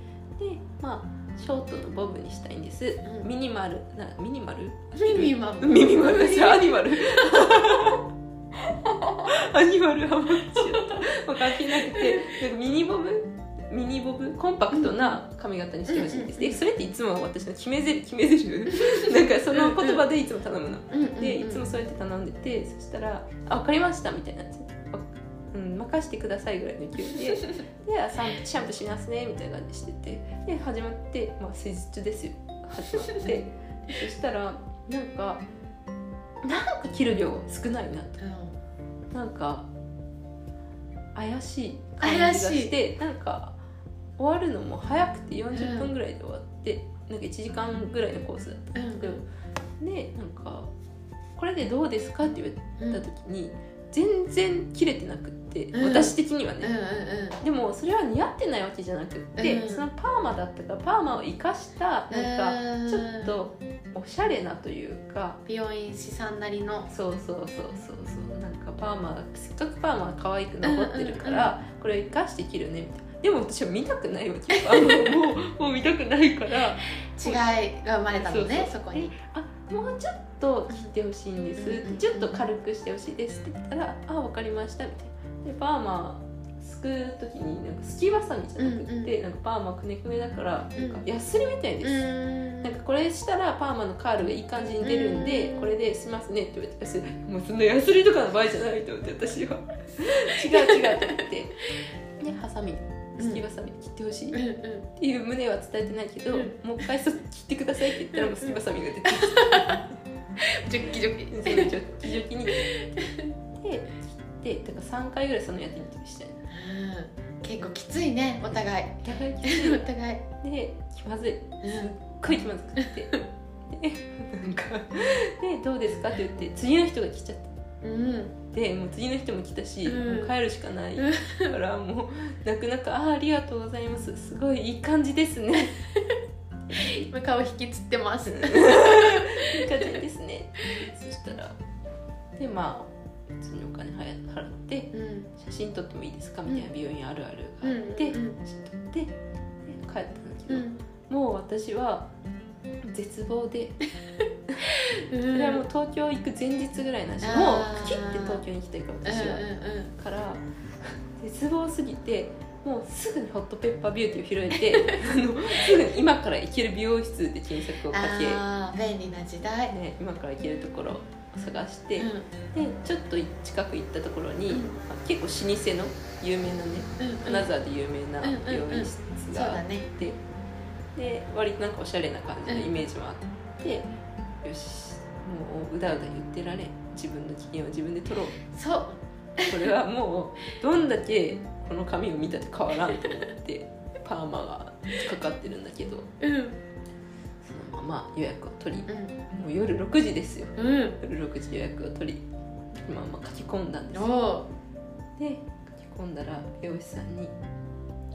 まあショートのボブにしたいんです、
うん
ミニマルなミニマル
ミニマム
ミニマルですアニマルアニマルハマっちゃった関係なくてなんかミニボブミニボブコンパクトな髪型にしてほしいんです、
うんうんうん
でそれっていつも私の決めゼリ決めゼリなんかその言葉でいつも頼むの
うんうんうん
でいつもそうやって頼んでてそしたら「あ分かりました」みたいなやつあうん、任してくださいぐらいの勢いで であシャンシャンプーしますねみたいな感じしててで始まってまあ施術ですよ始まって そしたらなんかなんか切る量少ないなと
うん
なんか怪しい感じがしてなんか終わるのも早くて40分ぐらいで終わって、なんか1時間ぐらいのコースだった
うん
けどでなんか「これでどうですか?」って言わ
うんうんう
れ
ん
た時に全然切れてなくって、
うん
私的にはね、
うん
でもそれは似合ってないわけじゃなくって、
うん
そのパーマだったからパーマを生かしたなんか
うん
ちょっとおしゃれなというか
美容院師さんなりの
そうそうそうそうそうなんかパーマせっかくパーマが可愛く残ってるから、これを生かして切るねみたいなでも私は見たくないわけよあのもうもう見たくないから
違いが生まれたのねそこに
あもうちょっと切ってほしいんです、
うん
ちょっと軽くしてほしいですって言ったら「あ分かりました」みたいなでパーマすくう時になんかすきばさみじゃなくって、
うんうん
なんかパーマくねくねだからなんか
うん
ヤスリみたいです、
ん
なんかこれしたらパーマのカールがいい感じに出るんで、
うん
これでしますねって言われて私 もうそんなヤスリとかの場合じゃないと思って私 は違う違うと思ってでハサミすきばさみで切ってほしい、
うん
っていう胸は伝えてないけど、
うん
もう一回そ切ってくださいって言ったらもうすきばさみが出てき
ジョッキジョッキ
てジョッキジョキにで切ってだから3回ぐらいそのやり取りして
うん結構きついねお互い
お互い切
お互い
って気まずいすっ
うん
ごい気まずくってでなんかでどうですかって言って次の人が来ちゃって。
うん
でもう次の人も来たし、
うん
もう帰るしかない
うん
からもう泣く泣く「あーありがとうございますすごいいい感じですね」
今顔引きつってます
いい感じですねそしたらでまあ普通にお金払払って
うん
写真撮ってもいいですかみたいな病院あるある
う
があ
ん
って、
うん
写真撮ってで帰ったんだけ
う
ど、
ん
もう私は絶望で
うん
それはもう東京行く前日ぐらいなんし、
あー
もう切って東京に行きたいから
うん
私は、
うん
から絶望すぎてもうすぐにホットペッパービューティーを拾えて あのすぐに今から行ける美容室で検索を
うん
か
あー便利な時代
け、ね、今から行けるところを探して、
うん
でちょっと近く行ったところに、
うん
あ結構老舗の有名なね
うんうん
金沢で有名な
うんうん
美容室
そう
があ
だ
っ
ね
て、で割となんかおしゃれな感じの
うん
イメージもあって、よしもううだうだ言ってられん自分の機嫌を自分で取ろう
そう
これはもうどんだけこの髪を見たって変わらんと思ってパーマがかかってるんだけど
うん
そのまま予約を取りも
うん
う夜6時ですよ
うん
夜6時予約を取りそのまま書き込んだんです
お
よ
お
で書き込んだら美容師さんに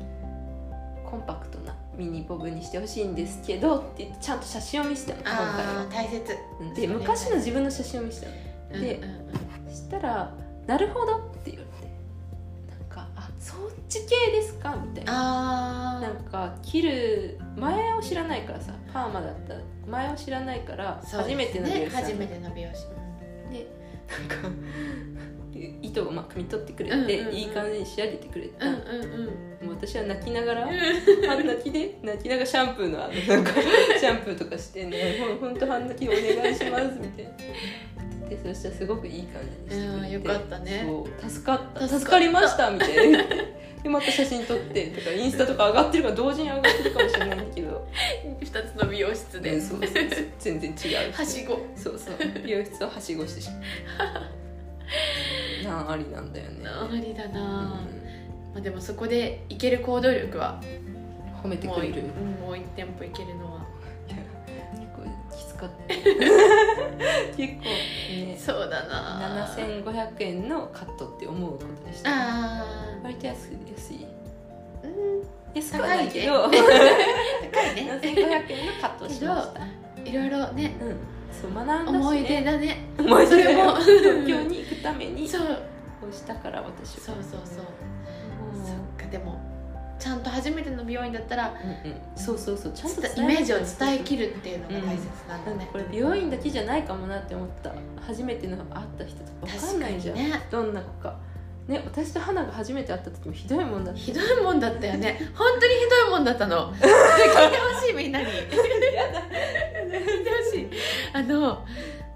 「コンパクトなミニボブにしてほしいんですけど」って言ってちゃんと写真を見せたの今回
あ
は
ー。大切
うんで昔の自分の写真を見せたので
うんうん
したら「なるほど」って言われてなんか「あそっち系ですか」みたいな
あ
なんか切る前を知らないからさパーマだった前を知らないから
あ
初めての美容師さん
初
で,、
めての美容師
なんか糸をまあ汲み取ってくれて、
うんうんうん
いい感じに仕上げてくれた、
うん
も
うんうん
う私は泣きながら、半泣きで泣きながらシャンプーのあのなんかシャンプーとかしてねほんほんと半泣きお願いしますみたいなでそしたらすごくいい感じにしてくれて
うんよかったね
そう助かった
助かった
助かりましたみたいなでまた写真撮ってとかインスタとか上がってるから同時に上がってるかもしれないんだけど、
二つの美容室
ね、
で
そうそうそう全然違う
はしご
そうそう美容室をはしごしてしまう なんありなんだよね、
ありだなぁ、
う
まあ、でもそこでいける行動力は
ん褒めて
もう
くれ
一
る
もう一店舗いけるのは
結構きつかった結構ね
そうだなぁ
7500円のカットって思うことでした
あ
割と安い安い
ーうん
安くはないけど
高いね
7500円のカットをしました
いろいろね
うんそう学んだし、ね、
思い出だね
思い出
それも
東京に行くために
そう
こうしたから私は
そうそうそう
うん
そっかでもちゃんと初めての美容院だったら
うんうんそうそうそうちゃんと
伝えイメージを伝え
る
きるっていうのが大切なんだね、
これ美容院だけじゃないかもなって思った初めての会った人とか分かんないじゃん、
確かにね
どんな子かね私と花が初めて会った時もひどいもんだった
ひどいもんだったよね本当にひどいもんだっ たの聞いてほしいみんなに聞いてほしいあの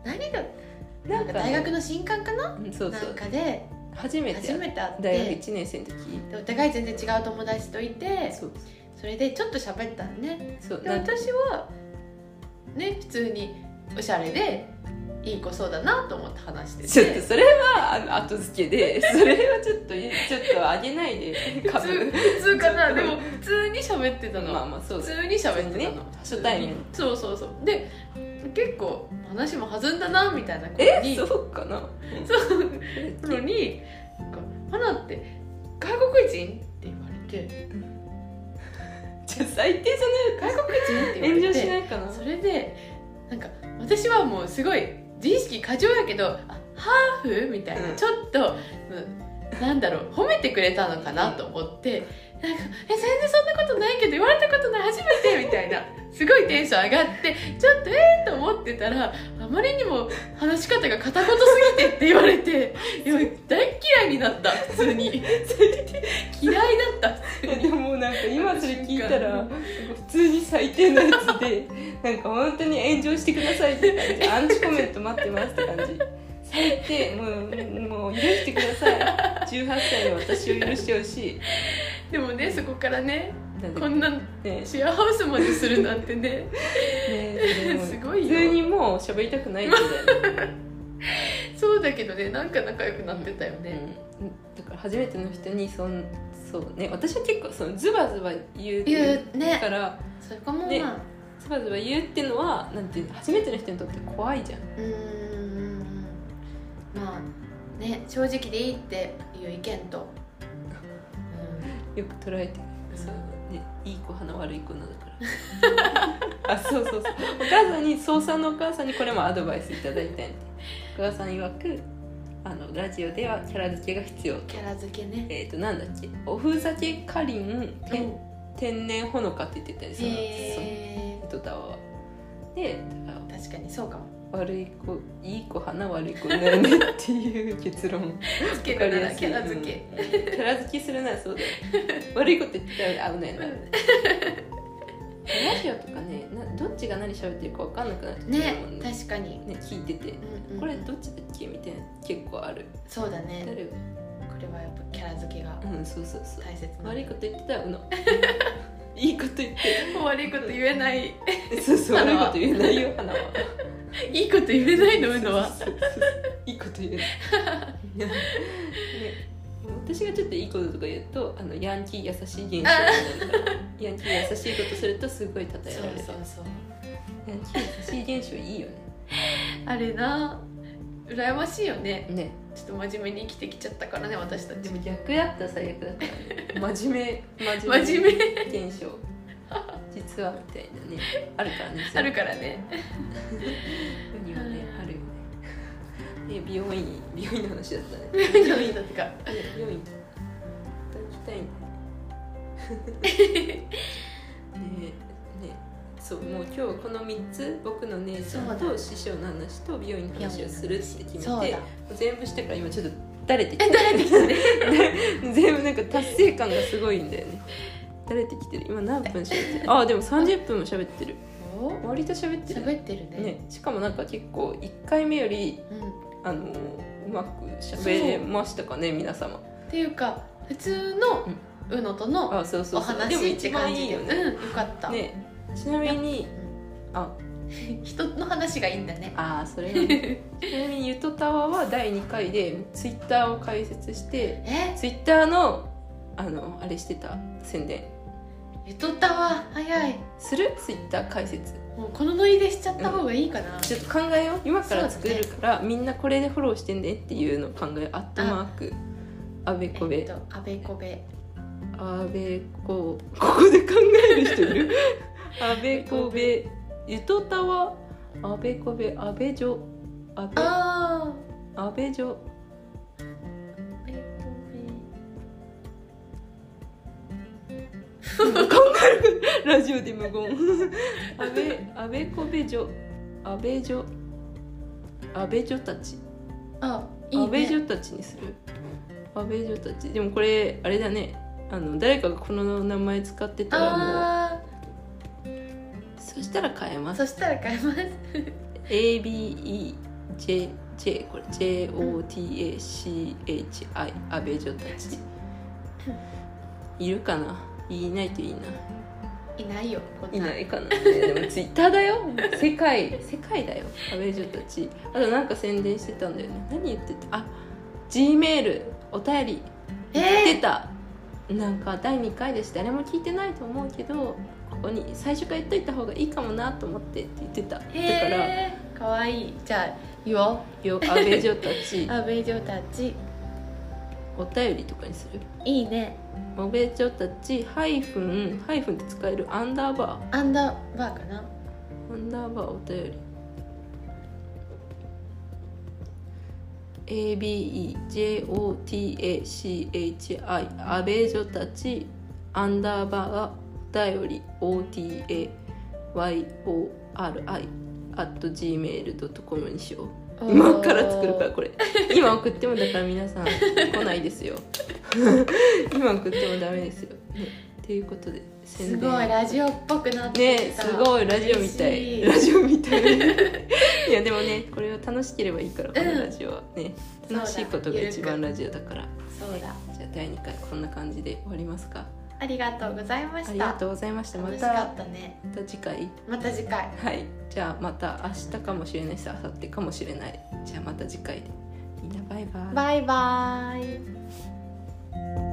何だ
な
なんか大学
の
の新刊かな
うんそう
な
そ
ん
う
かで
初めて
初めて会っ
大学
て
1年生の時
でお互い全然違う友達といて
そう
それでちょっと喋ったのね
そう
で
なんか
私はね普通におしゃれでいい子そうだなと思って話してて
ちょっとそれはあの後付け でそれはちょっとちょっとあげないで
普
株
通普通かなでも普通に喋ってたの、
まあまあそう
普
だ
通に喋って
ね
たの
初対面
そうそうそうで結構話も弾んだなみたいなこと
え
に
そうかな
そう
う
のになんか「花って外国人?」って言われて
ちょ最低じ
「外国人?」って
ゃない炎
言われ
上しな
て
いかな
それでなんか私はもうすごい自意識過剰やけど「あハーフ?」みたいな、
うん
ちょっと、うんなんだろう褒めてくれたのかなと思ってなんか「え全然そんなことないけど言われたことない初めて」みたいなすごいテンション上がってちょっとえー、と思ってたらあまりにも話し方が片言すぎてって言われていや大嫌いになった普 通に嫌いだった普通に
でもなんか今それ聞いたら普通に最低のやつでなんか本当に炎上してくださいって感 じアンチコメント待ってますって感じ最低もうもう許してください18歳の私を許してほしい
でもねそこからね
だって
こんな
ね
シェアハウスまでするなんてね
ね
すごいよ
普通にもう喋りたくないんだよね
そうだけどねなんか仲良くなってたよね、
うんだから初めての人にそんそうね私は結構そのズバズバ言う
言う
だ
ね
から
そこもまあ、
ねズバズバ言うっていうのはなんていうの初めての人にとって怖いじゃん
うーんまあね正直でいいっていう意見と、
よく捉えてそうねいい子花悪い子なだから あそうそうそうお母さんに総さんのお母さんにこれもアドバイスいただいたんでお母さん曰くあのラジオではキャラ付けが必要
キャラ付けね
えっ、となんだっけおふざけかりん
う
てん
ん
天然ほのかって言ってたりする
え
そう歌はでだか
ー確かにそうかも
ら悪い子いい子花悪い子だよねっていう結論
つけ
わかり
る
や
なら
すい
キャラ付け、
うんキャラ付けするならそうだよ悪いこと言ったら危ないなラジオとかねなどっちが何喋ってるか分かんなくなっちゃうもん
ね
ね
確かに、
ね聞いてて
うんうん
これどっちだっけみたいな結構ある
そうだね
誰が
これはやっぱキャラ付けが
うんそうそうそう
大切な
悪いこと言ってたらうの いいこと言って
悪いこと言えない
そうそう悪い
花
こ
は
と言えないよ花はい
いこと言えないのうのは
そうそうそういいこと言えないいやね私がちょっといいこととか言うとあのヤンキー優しい現象に なるからヤンキー優しいことするとすごい
そ
叩
う
えられる
そうそう
ヤンキー優しい現象いいよ
あれな羨ましいよね
ねね
ちょっと真面目に生きてきちゃったからね私た
で
ち
も逆だったら最悪だった、ね、真面目
真面目
目現象実はみたいなねあるからね
あるからね
世にはねあるよ ねで美容院美容院の話だったね
何を言いた
4位
とか
いただきたいねねえねえそうもう今日はこの3つ僕の姉さん
そう
と
だ
師匠の話と美容院の話をするって決めても
そうだ
う全部してから今ちょっとだれてきて
え誰で きたね
全部なんか達成感がすごいんだよねだれてきてる今何分喋ってる あでも30分も喋ってる
お
割と喋ってるね
喋ってるね
しかもなんか結構1回目より
うん、
あのうまく喋れましたかね皆様
っていうか普通のうのとの
あそうそうそう
お話
でも
って
一番
感じ
いい
で
よね,、
うん、よかった、
ねちなみにあ
人の話がいいんだね
あーそれが ねちなみに「ゆとたわ」は第2回でツイッターを開設して
え
ツイッターのあのあれしてた宣伝
ゆとたわ早い
するツイッター開設
もうこのノリでしちゃった方がいいかな、
ちょっと考えよう今から
そう
作
だね
るから、みんなこれでフォローしてねっていうのを考えようアットマークあべこ
え
べ
っとあべこべ
あべこここで考える人い るあべこべゆとたわあべこべあべじょあべ
あ
安倍女
あべこ
考えるラジオで無言 安倍安倍こべ女安倍女安倍女たち
べあいい
安倍
ね
女たちにする安倍女たちでもこれあれだねあの誰かがこの名前使ってたらも
あ
うそしたら変えま
あ
す
そしたら買います
ABEJJ これ JOTACHI 安倍女たちいるかないないといいない
ないよこん
いないかな、でもツイッターだよ世界世界だよアベージュたちあとなんか宣伝してたんだよね何言ってたあ G メールお便り
え
出たなんか第2回だし誰も聞いてないと思うけどここに最初から言っといた方がいいかもなと思ってって言ってただか
ー、
ら
えー、かわいいじゃあ言おう
よアベージュたち
あべじょたち
お便りとかにする
いいね
アベージュたちハイフンハイフンって使えるアンダーバ
アンダーバーかな
ーアンダーバーお便り ABEJOTACHI アベージョたちアアンダーバーがお便り OTAYORI at gmail.com にしよう今から作るから これ今送ってもだから皆さん 来ないですよ今送ってもダメですよねっていうことです
ごいラジオっぽくなっ
ね
てきた
すごいラジオみた
嬉し
い
い
ラジオみたいいやでもねこれを楽しければいいからこ
うん
のラジオはね、
そうだ
楽しいことが一番ラジオだから
そうだ
じゃあ第2回こんな感じで終わりますか
ありがとうございました
ありがとうございましたま
楽したか
ま
ったね
た次回
また次回
はいじゃあまた明日かもしれないし明後日かもしれないじゃあまた次回でみんなバイバイ
バイバイ